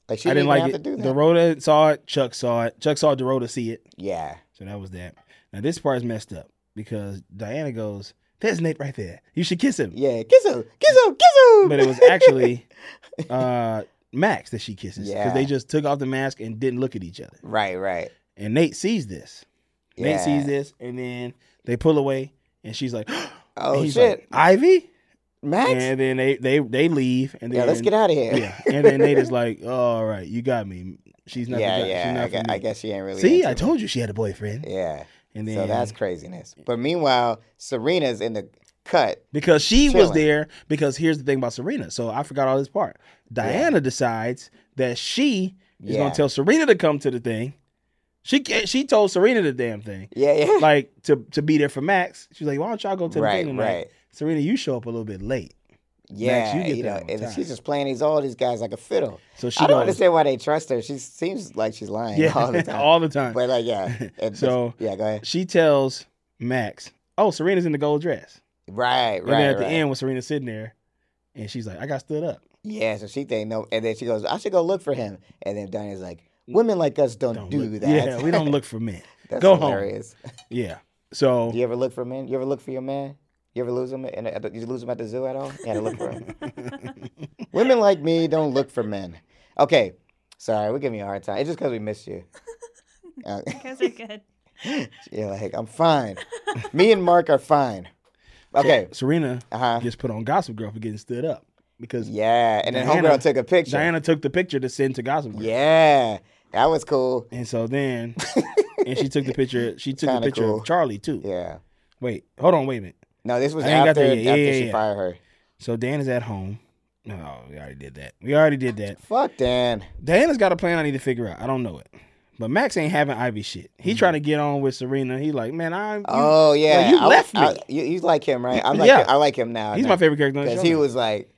[SPEAKER 3] Like she
[SPEAKER 2] I didn't
[SPEAKER 3] didn't,
[SPEAKER 2] like
[SPEAKER 3] have
[SPEAKER 2] it.
[SPEAKER 3] to do that.
[SPEAKER 2] Dorota saw it. Chuck saw it. Chuck saw Dorota see it.
[SPEAKER 3] yeah.
[SPEAKER 2] So that was that. Now this part is messed up because Diana goes, "There's Nate right there. You should kiss him."
[SPEAKER 3] Yeah, kiss him, kiss him, kiss him.
[SPEAKER 2] But it was actually uh, Max that she kisses because
[SPEAKER 3] Yeah.
[SPEAKER 2] they just took off the mask and didn't look at each other.
[SPEAKER 3] right, right.
[SPEAKER 2] And Nate sees this. Nate
[SPEAKER 3] Yeah.
[SPEAKER 2] sees this, and then they pull away, and she's like,
[SPEAKER 3] Oh,
[SPEAKER 2] and he's
[SPEAKER 3] shit.
[SPEAKER 2] like, Ivy."
[SPEAKER 3] Max.
[SPEAKER 2] And then they they they leave, and then
[SPEAKER 3] yeah, let's get out of here.
[SPEAKER 2] Yeah, and then Nate is like, oh, "All right, you got me. She's not. the
[SPEAKER 3] yeah,
[SPEAKER 2] guy- she's
[SPEAKER 3] yeah.
[SPEAKER 2] not
[SPEAKER 3] I,
[SPEAKER 2] for
[SPEAKER 3] gu-
[SPEAKER 2] me."
[SPEAKER 3] I guess she ain't really.
[SPEAKER 2] See,
[SPEAKER 3] into
[SPEAKER 2] I
[SPEAKER 3] it.
[SPEAKER 2] told you she had a boyfriend.
[SPEAKER 3] Yeah.
[SPEAKER 2] And then
[SPEAKER 3] So that's craziness. But meanwhile, Serena's in the cut.
[SPEAKER 2] because she was
[SPEAKER 3] Chilling.
[SPEAKER 2] there. Because here's the thing about Serena. So I forgot all this part. Diana decides that she is
[SPEAKER 3] Yeah.
[SPEAKER 2] gonna tell Serena to come to the thing. She can't, she told Serena the damn thing,
[SPEAKER 3] Yeah, yeah.
[SPEAKER 2] like to to be there for Max. She's like, why don't y'all go to the
[SPEAKER 3] Right,
[SPEAKER 2] thing tonight?
[SPEAKER 3] right.
[SPEAKER 2] Serena, you show up a little bit late.
[SPEAKER 3] yeah,
[SPEAKER 2] you get
[SPEAKER 3] you
[SPEAKER 2] that
[SPEAKER 3] know,
[SPEAKER 2] all the
[SPEAKER 3] and
[SPEAKER 2] time.
[SPEAKER 3] she's just playing these all these guys like a fiddle.
[SPEAKER 2] So she
[SPEAKER 3] I don't
[SPEAKER 2] goes,
[SPEAKER 3] understand why they trust her. She seems like she's lying
[SPEAKER 2] yeah,
[SPEAKER 3] all the time. but like, yeah. And-
[SPEAKER 2] So-
[SPEAKER 3] yeah, go ahead.
[SPEAKER 2] she tells Max, oh, Serena's in the gold dress.
[SPEAKER 3] Right,
[SPEAKER 2] And
[SPEAKER 3] right,
[SPEAKER 2] then at
[SPEAKER 3] right.
[SPEAKER 2] the end, when Serena's sitting there, and she's like, I got stood up.
[SPEAKER 3] Yeah, so she think no, and then she goes, "I should go look for him." And then Diana's like, "Women like us don't,
[SPEAKER 2] Mm. Don't
[SPEAKER 3] do
[SPEAKER 2] look-
[SPEAKER 3] that."
[SPEAKER 2] Yeah, we don't look for men.
[SPEAKER 3] That's
[SPEAKER 2] go
[SPEAKER 3] hilarious.
[SPEAKER 2] home. Yeah. So
[SPEAKER 3] Do you ever look for men? You ever look for your man? You ever lose him? And did you lose him at the zoo at all? You had to look for him. Women like me don't look for men. Okay, sorry, we're giving you a hard time. It's just because we missed you. Uh,
[SPEAKER 4] Because they're good.
[SPEAKER 3] you're like, I'm fine. Me and Mark are fine. Okay.
[SPEAKER 2] Serena
[SPEAKER 3] Uh-huh.
[SPEAKER 2] just put on Gossip Girl for getting stood up because
[SPEAKER 3] Yeah, and then
[SPEAKER 2] Diana-
[SPEAKER 3] homegirl took a picture.
[SPEAKER 2] Diana took the picture to send to Gossip Girl.
[SPEAKER 3] Yeah, that was cool.
[SPEAKER 2] And so then, and she took the picture. She took
[SPEAKER 3] Kinda
[SPEAKER 2] the picture
[SPEAKER 3] cool.
[SPEAKER 2] of Charlie too.
[SPEAKER 3] Yeah.
[SPEAKER 2] Wait, hold on, wait a minute.
[SPEAKER 3] No, this was
[SPEAKER 2] I ain't got
[SPEAKER 3] after,
[SPEAKER 2] there
[SPEAKER 3] after
[SPEAKER 2] yet. Yeah, yeah,
[SPEAKER 3] she
[SPEAKER 2] yeah.
[SPEAKER 3] fired her.
[SPEAKER 2] So Dan is at home. No, we already did that. We already did that.
[SPEAKER 3] Fuck Dan.
[SPEAKER 2] Diana's got a plan. I need to figure out. I don't know it. But Max ain't having Ivy shit. He trying to get on with Serena. He like, man, I'm. you-
[SPEAKER 3] Mm. Oh yeah,
[SPEAKER 2] like, you
[SPEAKER 3] I-
[SPEAKER 2] left me.
[SPEAKER 3] I- you, you like him, right? I'm like,
[SPEAKER 2] Yeah.
[SPEAKER 3] I like him now.
[SPEAKER 2] He's
[SPEAKER 3] now.
[SPEAKER 2] my favorite character on the show.
[SPEAKER 3] because he
[SPEAKER 2] now.
[SPEAKER 3] was like,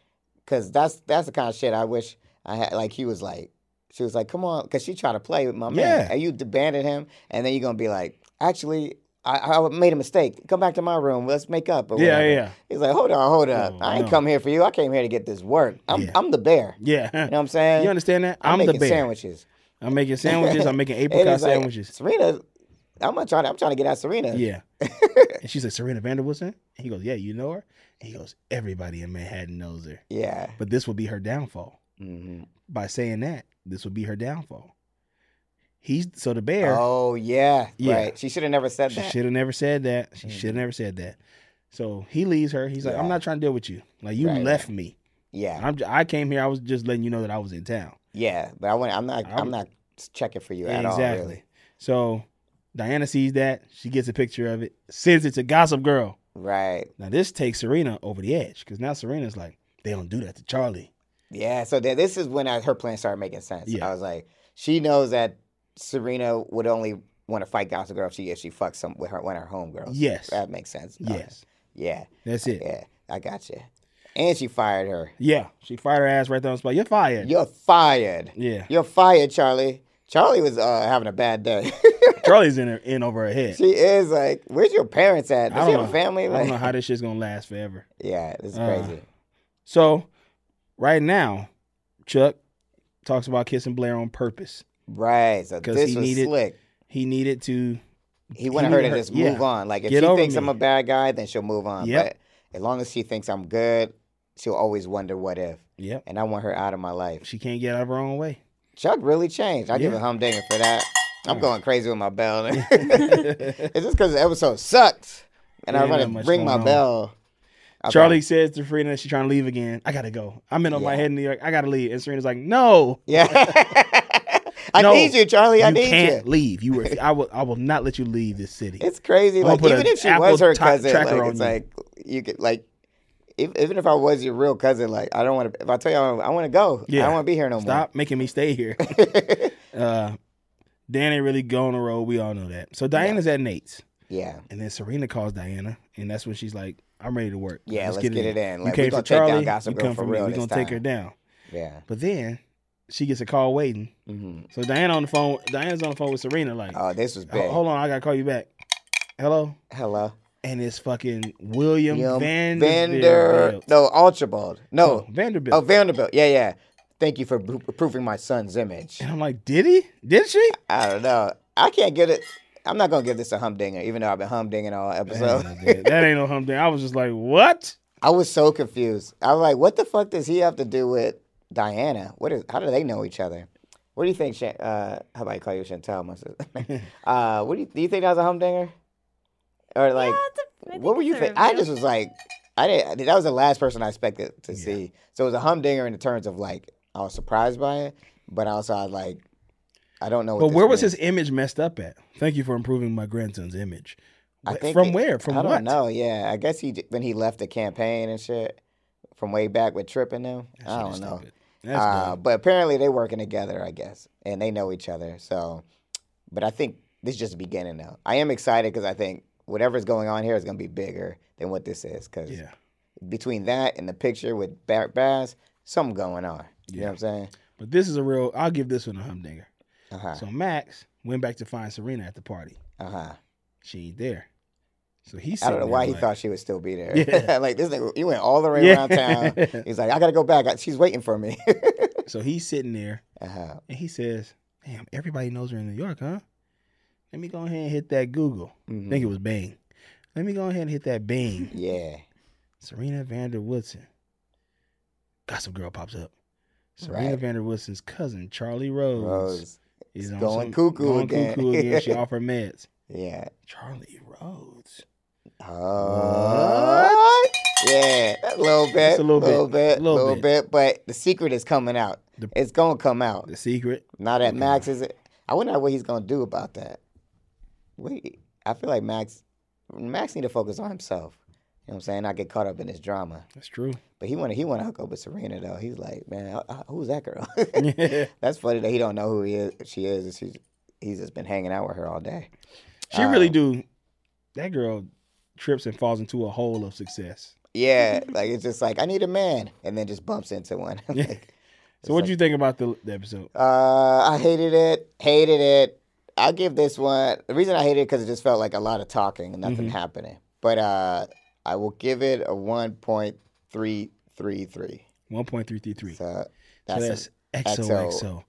[SPEAKER 3] because that's that's the kind of shit I wish I had. Like he was like, she was like, come on, because she tried to play with my man,
[SPEAKER 2] Yeah.
[SPEAKER 3] and you abandoned him, and then you're gonna be like, actually, I, I made a mistake. Come back to my room. Let's make up. Or
[SPEAKER 2] Yeah,
[SPEAKER 3] whatever.
[SPEAKER 2] yeah.
[SPEAKER 3] He's like, hold on, hold up.
[SPEAKER 2] No,
[SPEAKER 3] I ain't
[SPEAKER 2] no.
[SPEAKER 3] come here for you. I came here to get this work. I'm
[SPEAKER 2] Yeah.
[SPEAKER 3] I'm the bear.
[SPEAKER 2] Yeah.
[SPEAKER 3] You know what I'm saying?
[SPEAKER 2] You understand that?
[SPEAKER 3] I'm,
[SPEAKER 2] I'm, the
[SPEAKER 3] making
[SPEAKER 2] bear.
[SPEAKER 3] sandwiches.
[SPEAKER 2] I'm making sandwiches. I'm making
[SPEAKER 3] And
[SPEAKER 2] apricot
[SPEAKER 3] it's like,
[SPEAKER 2] sandwiches.
[SPEAKER 3] Serena, I'm not trying. I'm trying to get out Serena.
[SPEAKER 2] Yeah. and she's like, Serena Vanderwoodson? And he goes, Yeah, you know her? And he goes, Everybody in Manhattan knows her.
[SPEAKER 3] Yeah.
[SPEAKER 2] But this will be her downfall.
[SPEAKER 3] hmm
[SPEAKER 2] By saying that, this will be her downfall. He's so the bear,
[SPEAKER 3] Oh yeah.
[SPEAKER 2] Yeah.
[SPEAKER 3] Right. She should have never said
[SPEAKER 2] she
[SPEAKER 3] that.
[SPEAKER 2] should have never said that. She should have never said that. So he leaves her. He's like, I'm
[SPEAKER 3] Mm-hmm. Yeah.
[SPEAKER 2] not trying to deal with you. Like you
[SPEAKER 3] Right,
[SPEAKER 2] left me.
[SPEAKER 3] Yeah.
[SPEAKER 2] I'm j- I came here. I was just letting you know that I was in town.
[SPEAKER 3] Yeah. But I want. I'm not. I'm,
[SPEAKER 2] I'm-
[SPEAKER 3] not checking for you
[SPEAKER 2] Yeah,
[SPEAKER 3] at all. Really.
[SPEAKER 2] So Diana sees that. She gets a picture of it, sends it to Gossip Girl.
[SPEAKER 3] Right.
[SPEAKER 2] Now this takes Serena over the edge because now Serena's like, they don't do that to Charlie.
[SPEAKER 3] Yeah. So then this is when I, her plan started making sense.
[SPEAKER 2] Yeah.
[SPEAKER 3] I was like, she knows that Serena would only want to fight Gossip Girl if she if she fucks some with her one of her homegirls.
[SPEAKER 2] Yes.
[SPEAKER 3] That makes sense. Okay.
[SPEAKER 2] Yes,
[SPEAKER 3] Yeah.
[SPEAKER 2] that's it.
[SPEAKER 3] Yeah. I got you. And she fired her.
[SPEAKER 2] Yeah, she fired her ass right there on the spot. You're fired.
[SPEAKER 3] You're fired.
[SPEAKER 2] Yeah,
[SPEAKER 3] You're fired, Charlie. Charlie was uh, having a bad day.
[SPEAKER 2] Charlie's in her, in over her head.
[SPEAKER 3] she is like, "Where's your parents at?
[SPEAKER 2] I
[SPEAKER 3] Does she
[SPEAKER 2] don't
[SPEAKER 3] have
[SPEAKER 2] know.
[SPEAKER 3] a family?"
[SPEAKER 2] I
[SPEAKER 3] Like,
[SPEAKER 2] don't know how this shit's gonna last forever.
[SPEAKER 3] yeah, this is
[SPEAKER 2] Uh,
[SPEAKER 3] crazy.
[SPEAKER 2] So, right now, Chuck talks about kissing Blair on purpose.
[SPEAKER 3] Right. So
[SPEAKER 2] 'Cause
[SPEAKER 3] this
[SPEAKER 2] he
[SPEAKER 3] was
[SPEAKER 2] needed-
[SPEAKER 3] slick.
[SPEAKER 2] He needed to.
[SPEAKER 3] He wanted her to
[SPEAKER 2] needed her-
[SPEAKER 3] just
[SPEAKER 2] yeah.
[SPEAKER 3] move on. Like if
[SPEAKER 2] Get
[SPEAKER 3] she
[SPEAKER 2] over
[SPEAKER 3] thinks
[SPEAKER 2] me.
[SPEAKER 3] I'm a bad guy, then she'll move on.
[SPEAKER 2] Yep.
[SPEAKER 3] But as long as she thinks I'm good, she'll always wonder what if.
[SPEAKER 2] Yep,
[SPEAKER 3] And I want her out of my life.
[SPEAKER 2] she can't get out of her own way.
[SPEAKER 3] Chuck really changed. I give
[SPEAKER 2] Yeah.
[SPEAKER 3] a humdinger for that. I'm going crazy with my bell. it's just because the episode sucks, and
[SPEAKER 2] There
[SPEAKER 3] I
[SPEAKER 2] ain't
[SPEAKER 3] want
[SPEAKER 2] not
[SPEAKER 3] to
[SPEAKER 2] much
[SPEAKER 3] ring my
[SPEAKER 2] going on.
[SPEAKER 3] bell. Okay.
[SPEAKER 2] Charlie says to Serena, she's trying to leave again. I gotta go. I'm in on my
[SPEAKER 3] Yeah.
[SPEAKER 2] head in New York. I gotta leave. And Serena's like, No,
[SPEAKER 3] Yeah. I
[SPEAKER 2] No,
[SPEAKER 3] need you, Charlie. I
[SPEAKER 2] you
[SPEAKER 3] need
[SPEAKER 2] can't
[SPEAKER 3] you.
[SPEAKER 2] leave. You were. I will. I will not let you leave this city.
[SPEAKER 3] It's crazy.
[SPEAKER 2] I'm gonna
[SPEAKER 3] Like
[SPEAKER 2] put
[SPEAKER 3] even
[SPEAKER 2] a
[SPEAKER 3] if she
[SPEAKER 2] Apple
[SPEAKER 3] was her
[SPEAKER 2] ti-
[SPEAKER 3] cousin, like,
[SPEAKER 2] tracker on
[SPEAKER 3] it's
[SPEAKER 2] you.
[SPEAKER 3] like you could like. If, even if I was your real cousin, like I don't want to. If I tell you I, wanna- I want to go, I
[SPEAKER 2] Yeah.
[SPEAKER 3] don't want to be here no
[SPEAKER 2] Stop making me stay here. uh, Dan ain't really go on the road. We all know that. So Diana's at Nate's,
[SPEAKER 3] more. Yeah,
[SPEAKER 2] and then Serena calls Diana, and that's when she's like, "I'm ready to work.
[SPEAKER 3] Yeah, let's get it in.
[SPEAKER 2] you
[SPEAKER 3] Like, we
[SPEAKER 2] came
[SPEAKER 3] gonna
[SPEAKER 2] for
[SPEAKER 3] take down
[SPEAKER 2] Charlie.
[SPEAKER 3] Gossip
[SPEAKER 2] you
[SPEAKER 3] Girl
[SPEAKER 2] come
[SPEAKER 3] for
[SPEAKER 2] for me.
[SPEAKER 3] real
[SPEAKER 2] We're
[SPEAKER 3] this
[SPEAKER 2] gonna take her
[SPEAKER 3] time."
[SPEAKER 2] down."
[SPEAKER 3] yeah,
[SPEAKER 2] But then she gets a call waiting.
[SPEAKER 3] hmm
[SPEAKER 2] So Diana on the phone. Diana's on the phone with Serena. Like,
[SPEAKER 3] Oh, this was
[SPEAKER 2] "Ho-
[SPEAKER 3] big.
[SPEAKER 2] hold on, I gotta call you back. Hello,
[SPEAKER 3] Hello.
[SPEAKER 2] and it's fucking William
[SPEAKER 3] Yum.
[SPEAKER 2] Vanderbilt.
[SPEAKER 3] No, Archibald.
[SPEAKER 2] Oh,
[SPEAKER 3] No.
[SPEAKER 2] Vanderbilt.
[SPEAKER 3] Oh, Vanderbilt. Yeah, yeah. Thank you for pro- proving my son's image.
[SPEAKER 2] and I'm like, did he? Did she?
[SPEAKER 3] I don't know. I can't give it. I'm not gonna give this a humdinger, even though I've been humdinging all
[SPEAKER 2] That
[SPEAKER 3] episode.
[SPEAKER 2] ain't no- that ain't no humdinger. I was just like, what?
[SPEAKER 3] I was so confused. I was like, "What the fuck does he have to do with Diana? What is? How do they know each other? What do you think? Shan- Uh, how about I call you Chantel? My sister. uh, what do you, do you think that was a humdinger? Or like,
[SPEAKER 4] I think
[SPEAKER 3] what were
[SPEAKER 4] it's
[SPEAKER 3] you
[SPEAKER 4] a
[SPEAKER 3] think? I
[SPEAKER 4] reveal.
[SPEAKER 3] just was like, I didn't. That was the last person I expected to see. So it was a humdinger in the terms of like, I was surprised by it, but also I was like, I don't know. What
[SPEAKER 2] But
[SPEAKER 3] this
[SPEAKER 2] where was
[SPEAKER 3] means.
[SPEAKER 2] his image messed up at? Thank you for improving my grandson's image.
[SPEAKER 3] I
[SPEAKER 2] Wh-
[SPEAKER 3] think
[SPEAKER 2] From
[SPEAKER 3] it-
[SPEAKER 2] where? From
[SPEAKER 3] I
[SPEAKER 2] what?
[SPEAKER 3] don't know. Yeah, I guess he j- when he left the campaign and shit from way back with Tripp and them. I
[SPEAKER 2] shit
[SPEAKER 3] don't
[SPEAKER 2] is
[SPEAKER 3] know.
[SPEAKER 2] stupid. That's
[SPEAKER 3] uh,
[SPEAKER 2] dumb.
[SPEAKER 3] but apparently they working together, I guess, and they know each other. So, but I think this is just the beginning though. I am excited because I think whatever's going on here is gonna be bigger than what this is. Because
[SPEAKER 2] Yeah.
[SPEAKER 3] between that and the picture with Barrett Bass, something going on. You know what I'm saying?
[SPEAKER 2] But this is a real. I'll give this one a humdinger.
[SPEAKER 3] Uh huh.
[SPEAKER 2] So Max went back to find Serena at the party.
[SPEAKER 3] Uh huh.
[SPEAKER 2] She ain't there. So he.
[SPEAKER 3] I don't know why he
[SPEAKER 2] like,
[SPEAKER 3] thought she would still be there.
[SPEAKER 2] Yeah.
[SPEAKER 3] like this nigga, he went all the way
[SPEAKER 2] Yeah.
[SPEAKER 3] around town. He's like, I gotta go back. I- She's waiting for me.
[SPEAKER 2] So he's sitting there
[SPEAKER 3] uh-huh.
[SPEAKER 2] and he says, "Damn, everybody knows her in New York, huh? Let me go ahead and hit that Google.
[SPEAKER 3] Mm-hmm.
[SPEAKER 2] I think it was Bing. Let me go ahead and hit that Bing.
[SPEAKER 3] Yeah.
[SPEAKER 2] Serena Vander Woodson. Gossip Girl pops up. Serena
[SPEAKER 3] Right.
[SPEAKER 2] Vander Woodson's cousin, Charlie Rose,
[SPEAKER 3] Rose.
[SPEAKER 2] is
[SPEAKER 3] going cuckoo
[SPEAKER 2] going
[SPEAKER 3] again.
[SPEAKER 2] cuckoo again. She off her meds.
[SPEAKER 3] Yeah.
[SPEAKER 2] Charlie Rhodes.
[SPEAKER 3] Oh. Yeah. A little bit.
[SPEAKER 2] Just a little bit,
[SPEAKER 3] bit.
[SPEAKER 2] little
[SPEAKER 3] little
[SPEAKER 2] bit.
[SPEAKER 3] bit. But the secret is coming out.
[SPEAKER 2] The-
[SPEAKER 3] it's gonna come out.
[SPEAKER 2] The secret.
[SPEAKER 3] Now that Max is I wonder what he's gonna do about that. Wait. I feel like Max Max need to focus on himself. You know what I'm saying? Not get caught up in this drama.
[SPEAKER 2] That's true.
[SPEAKER 3] But he wanna he wanna hook up with Serena though. He's like, man, I- I- who's that girl?
[SPEAKER 2] she
[SPEAKER 3] That's funny that he don't know who he is. She is. and She's he's just been hanging out with her all day. Oh.
[SPEAKER 2] really do. That girl trips and falls into a hole of success.
[SPEAKER 3] Yeah, like it's just like I need a man, and then just bumps into one. Like,
[SPEAKER 2] So what do you think about the, the episode?
[SPEAKER 3] uh, I hated it, hated it. I give this one the reason I hated it because it just felt like a lot of talking and nothing happening. But uh, I will give it a one point three three three.
[SPEAKER 2] 1.333. So
[SPEAKER 3] So that's, a-
[SPEAKER 2] that's XOXO.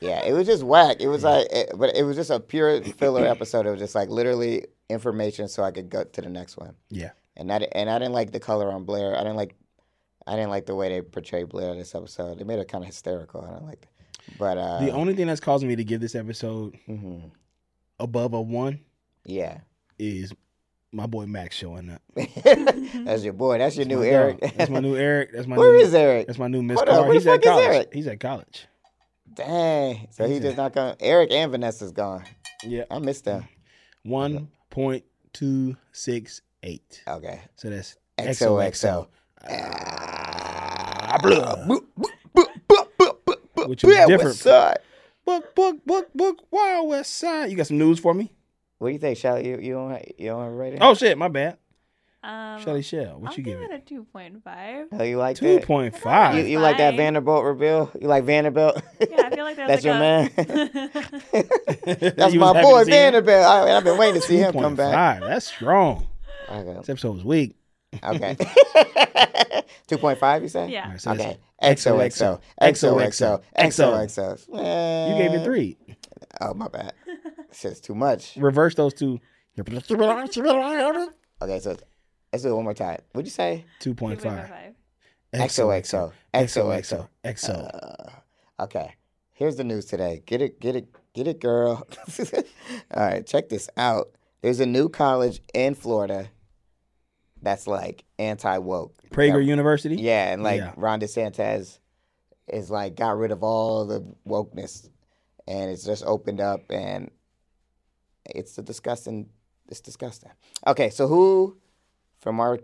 [SPEAKER 3] yeah. It was just whack. It was like, it, but it was just a pure filler episode. It was just like literally information so I could go to the next one.
[SPEAKER 2] Yeah.
[SPEAKER 3] and I di- and I didn't like the color on Blair. I didn't like I didn't like the way they portrayed Blair in this episode. It made her kind of hysterical. I don't like that. But uh,
[SPEAKER 2] The only thing that's causing me to give this episode
[SPEAKER 3] mhm.
[SPEAKER 2] above a one
[SPEAKER 3] yeah,
[SPEAKER 2] is my boy Max showing up.
[SPEAKER 3] that's your boy. That's your new
[SPEAKER 2] My
[SPEAKER 3] Eric.
[SPEAKER 2] dog. That's my new Eric. That's my
[SPEAKER 3] Where
[SPEAKER 2] new,
[SPEAKER 3] is Eric?
[SPEAKER 2] That's my new Miss
[SPEAKER 3] Hold on,
[SPEAKER 2] Carr.
[SPEAKER 3] where the
[SPEAKER 2] He's at
[SPEAKER 3] fuck is
[SPEAKER 2] college.
[SPEAKER 3] Eric?
[SPEAKER 2] He's at college.
[SPEAKER 3] Dang. So he
[SPEAKER 2] He's
[SPEAKER 3] just not going. Eric and Vanessa's gone.
[SPEAKER 2] Yeah.
[SPEAKER 3] I missed them.
[SPEAKER 2] One point two six eight.
[SPEAKER 3] Okay.
[SPEAKER 2] So that's
[SPEAKER 3] XOXO.
[SPEAKER 2] XOXO.
[SPEAKER 3] Ah, blah, boop, boop, boop, boop, boop, boop, boop.
[SPEAKER 2] Uh, Which was
[SPEAKER 3] Yeah,
[SPEAKER 2] different.
[SPEAKER 3] what's up?
[SPEAKER 2] Book, book, book, book. Wild West Side. You got some news for me?
[SPEAKER 3] What do you think, Shelly? You you don't you don't rate it?
[SPEAKER 2] Oh shit, my bad.
[SPEAKER 4] Um,
[SPEAKER 2] Shelly Shell, what
[SPEAKER 4] I'll
[SPEAKER 2] you
[SPEAKER 4] give
[SPEAKER 2] give it?
[SPEAKER 4] it a two point five.
[SPEAKER 3] Oh, you like
[SPEAKER 2] Two
[SPEAKER 3] that?
[SPEAKER 2] point
[SPEAKER 3] You,
[SPEAKER 2] five.
[SPEAKER 3] you like that
[SPEAKER 4] Fine.
[SPEAKER 3] Vanderbilt reveal? You like Vanderbilt?
[SPEAKER 4] Yeah, I feel like there's
[SPEAKER 3] That's your
[SPEAKER 4] like a,
[SPEAKER 3] man.
[SPEAKER 4] man.
[SPEAKER 3] That's my boy Vanderbilt. I, I've been waiting to see him
[SPEAKER 2] Two
[SPEAKER 3] come
[SPEAKER 2] point
[SPEAKER 3] back.
[SPEAKER 2] five. That's strong. This
[SPEAKER 3] Okay.
[SPEAKER 2] episode was weak.
[SPEAKER 3] okay. 2.5, you say?
[SPEAKER 4] yeah.
[SPEAKER 2] All right, so that's-
[SPEAKER 3] Okay. XOXO. XOXO. XOXO.
[SPEAKER 2] You gave it three.
[SPEAKER 3] Oh, my bad. Shit's too much.
[SPEAKER 2] Reverse those two.
[SPEAKER 3] Okay, so let's do it one more time. What'd you say?
[SPEAKER 2] Two point
[SPEAKER 4] 2.5.
[SPEAKER 2] five.
[SPEAKER 3] XOXO. XOXO.
[SPEAKER 2] XO.
[SPEAKER 3] Uh, Okay. Here's the news today. Get it, get it, get it, girl. All right, check this out. There's a new college in Florida that's like anti woke.
[SPEAKER 2] Prager University.
[SPEAKER 3] Yeah, and like
[SPEAKER 2] Yeah.
[SPEAKER 3] Ron DeSantis is like got rid of all the wokeness and it's just opened up and it's a disgusting it's disgusting. Okay, so who from our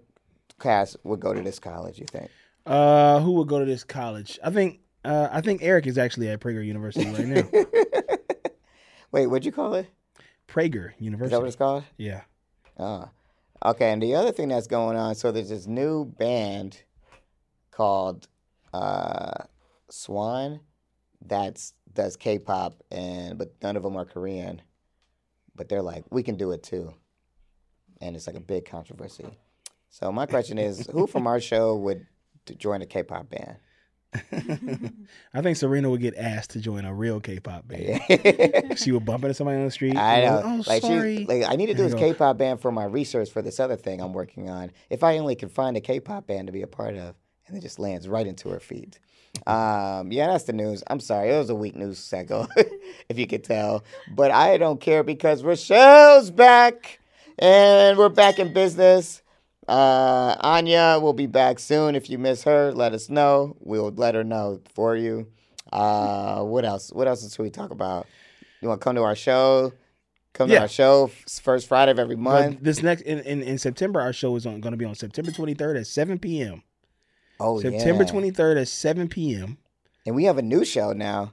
[SPEAKER 3] class would go to this college, you think?
[SPEAKER 2] Uh, who would go to this college? I think. Uh, I think Eric is actually at Prager University right now.
[SPEAKER 3] Wait, what'd you call it?
[SPEAKER 2] Prager
[SPEAKER 3] Is that what
[SPEAKER 2] University.
[SPEAKER 3] it's called?
[SPEAKER 2] Yeah.
[SPEAKER 3] Oh. Okay, and the other thing that's going on, so there's this new band called uh, Swan. That's does K-pop, and but none of them are Korean. But they're like, we can do it too, and it's like a big controversy. So my question is, who from our show would d- join a K-pop band?
[SPEAKER 2] I think Serena would get asked to join a real K-pop band. she would bump into somebody on the street.
[SPEAKER 3] I
[SPEAKER 2] and
[SPEAKER 3] know.
[SPEAKER 2] go, Oh,
[SPEAKER 3] like, she's-
[SPEAKER 2] sorry.
[SPEAKER 3] like I need to do
[SPEAKER 2] And
[SPEAKER 3] this
[SPEAKER 2] go,
[SPEAKER 3] K-pop band for my research for this other thing I'm working on. If I only could find a K-pop band to be a part of, and it just lands right into her feet. Um, yeah, that's the news. I'm sorry, it was a weak news cycle, if you could tell. But I don't care because Rochelle's back, and we're back in business. Uh, Anya will be back soon. If you miss her, let us know. We'll let her know for you. Uh, what else? What else should we talk about? You want to come to our show? Come to
[SPEAKER 2] Yeah.
[SPEAKER 3] our show f- first Friday of every
[SPEAKER 2] But
[SPEAKER 3] month.
[SPEAKER 2] this next in, in, in September, our show is on going to be on September 23rd at 7 p.m.
[SPEAKER 3] oh
[SPEAKER 2] September
[SPEAKER 3] yeah.
[SPEAKER 2] 23rd at 7 p.m.
[SPEAKER 3] And we have a new show now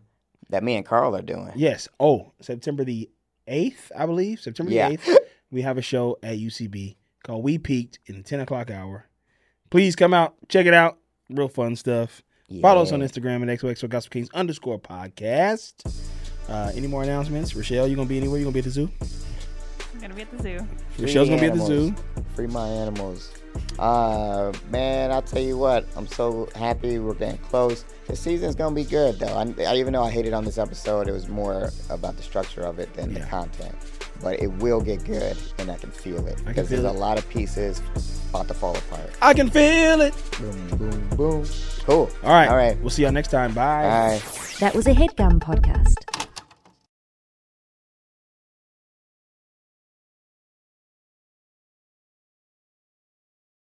[SPEAKER 3] that me and Carl are doing.
[SPEAKER 2] Yes. Oh, September the 8th, I believe. September
[SPEAKER 3] Yeah.
[SPEAKER 2] the 8th, we have a show at UCB called We Peaked in the 10 o'clock hour. Please come out, check it out. Real fun stuff. Follow us on
[SPEAKER 3] Yeah.
[SPEAKER 2] Instagram at XOXO Gospel Kings underscore podcast. Uh, any more announcements? Rochelle, you going to be anywhere? You going to be at the zoo?
[SPEAKER 4] I'm gonna be at the zoo.
[SPEAKER 3] Free
[SPEAKER 2] Rochelle's going to be at the
[SPEAKER 3] animals.
[SPEAKER 2] zoo.
[SPEAKER 3] Free my animals. Uh, man, I'll tell you what. I'm so happy we're getting close. The season's gonna be good, though. I, I even though I hated on this episode, it was more about the structure of it than the
[SPEAKER 2] Yeah.
[SPEAKER 3] content. But it will get good, and I can feel it
[SPEAKER 2] can
[SPEAKER 3] because there's
[SPEAKER 2] feel
[SPEAKER 3] a
[SPEAKER 2] it.
[SPEAKER 3] lot of pieces about to fall apart.
[SPEAKER 2] I can feel it.
[SPEAKER 3] Boom, boom, boom. Cool.
[SPEAKER 2] All right.
[SPEAKER 3] All right.
[SPEAKER 2] We'll see y'all next time. Bye.
[SPEAKER 3] All right.
[SPEAKER 5] That was a headgum podcast.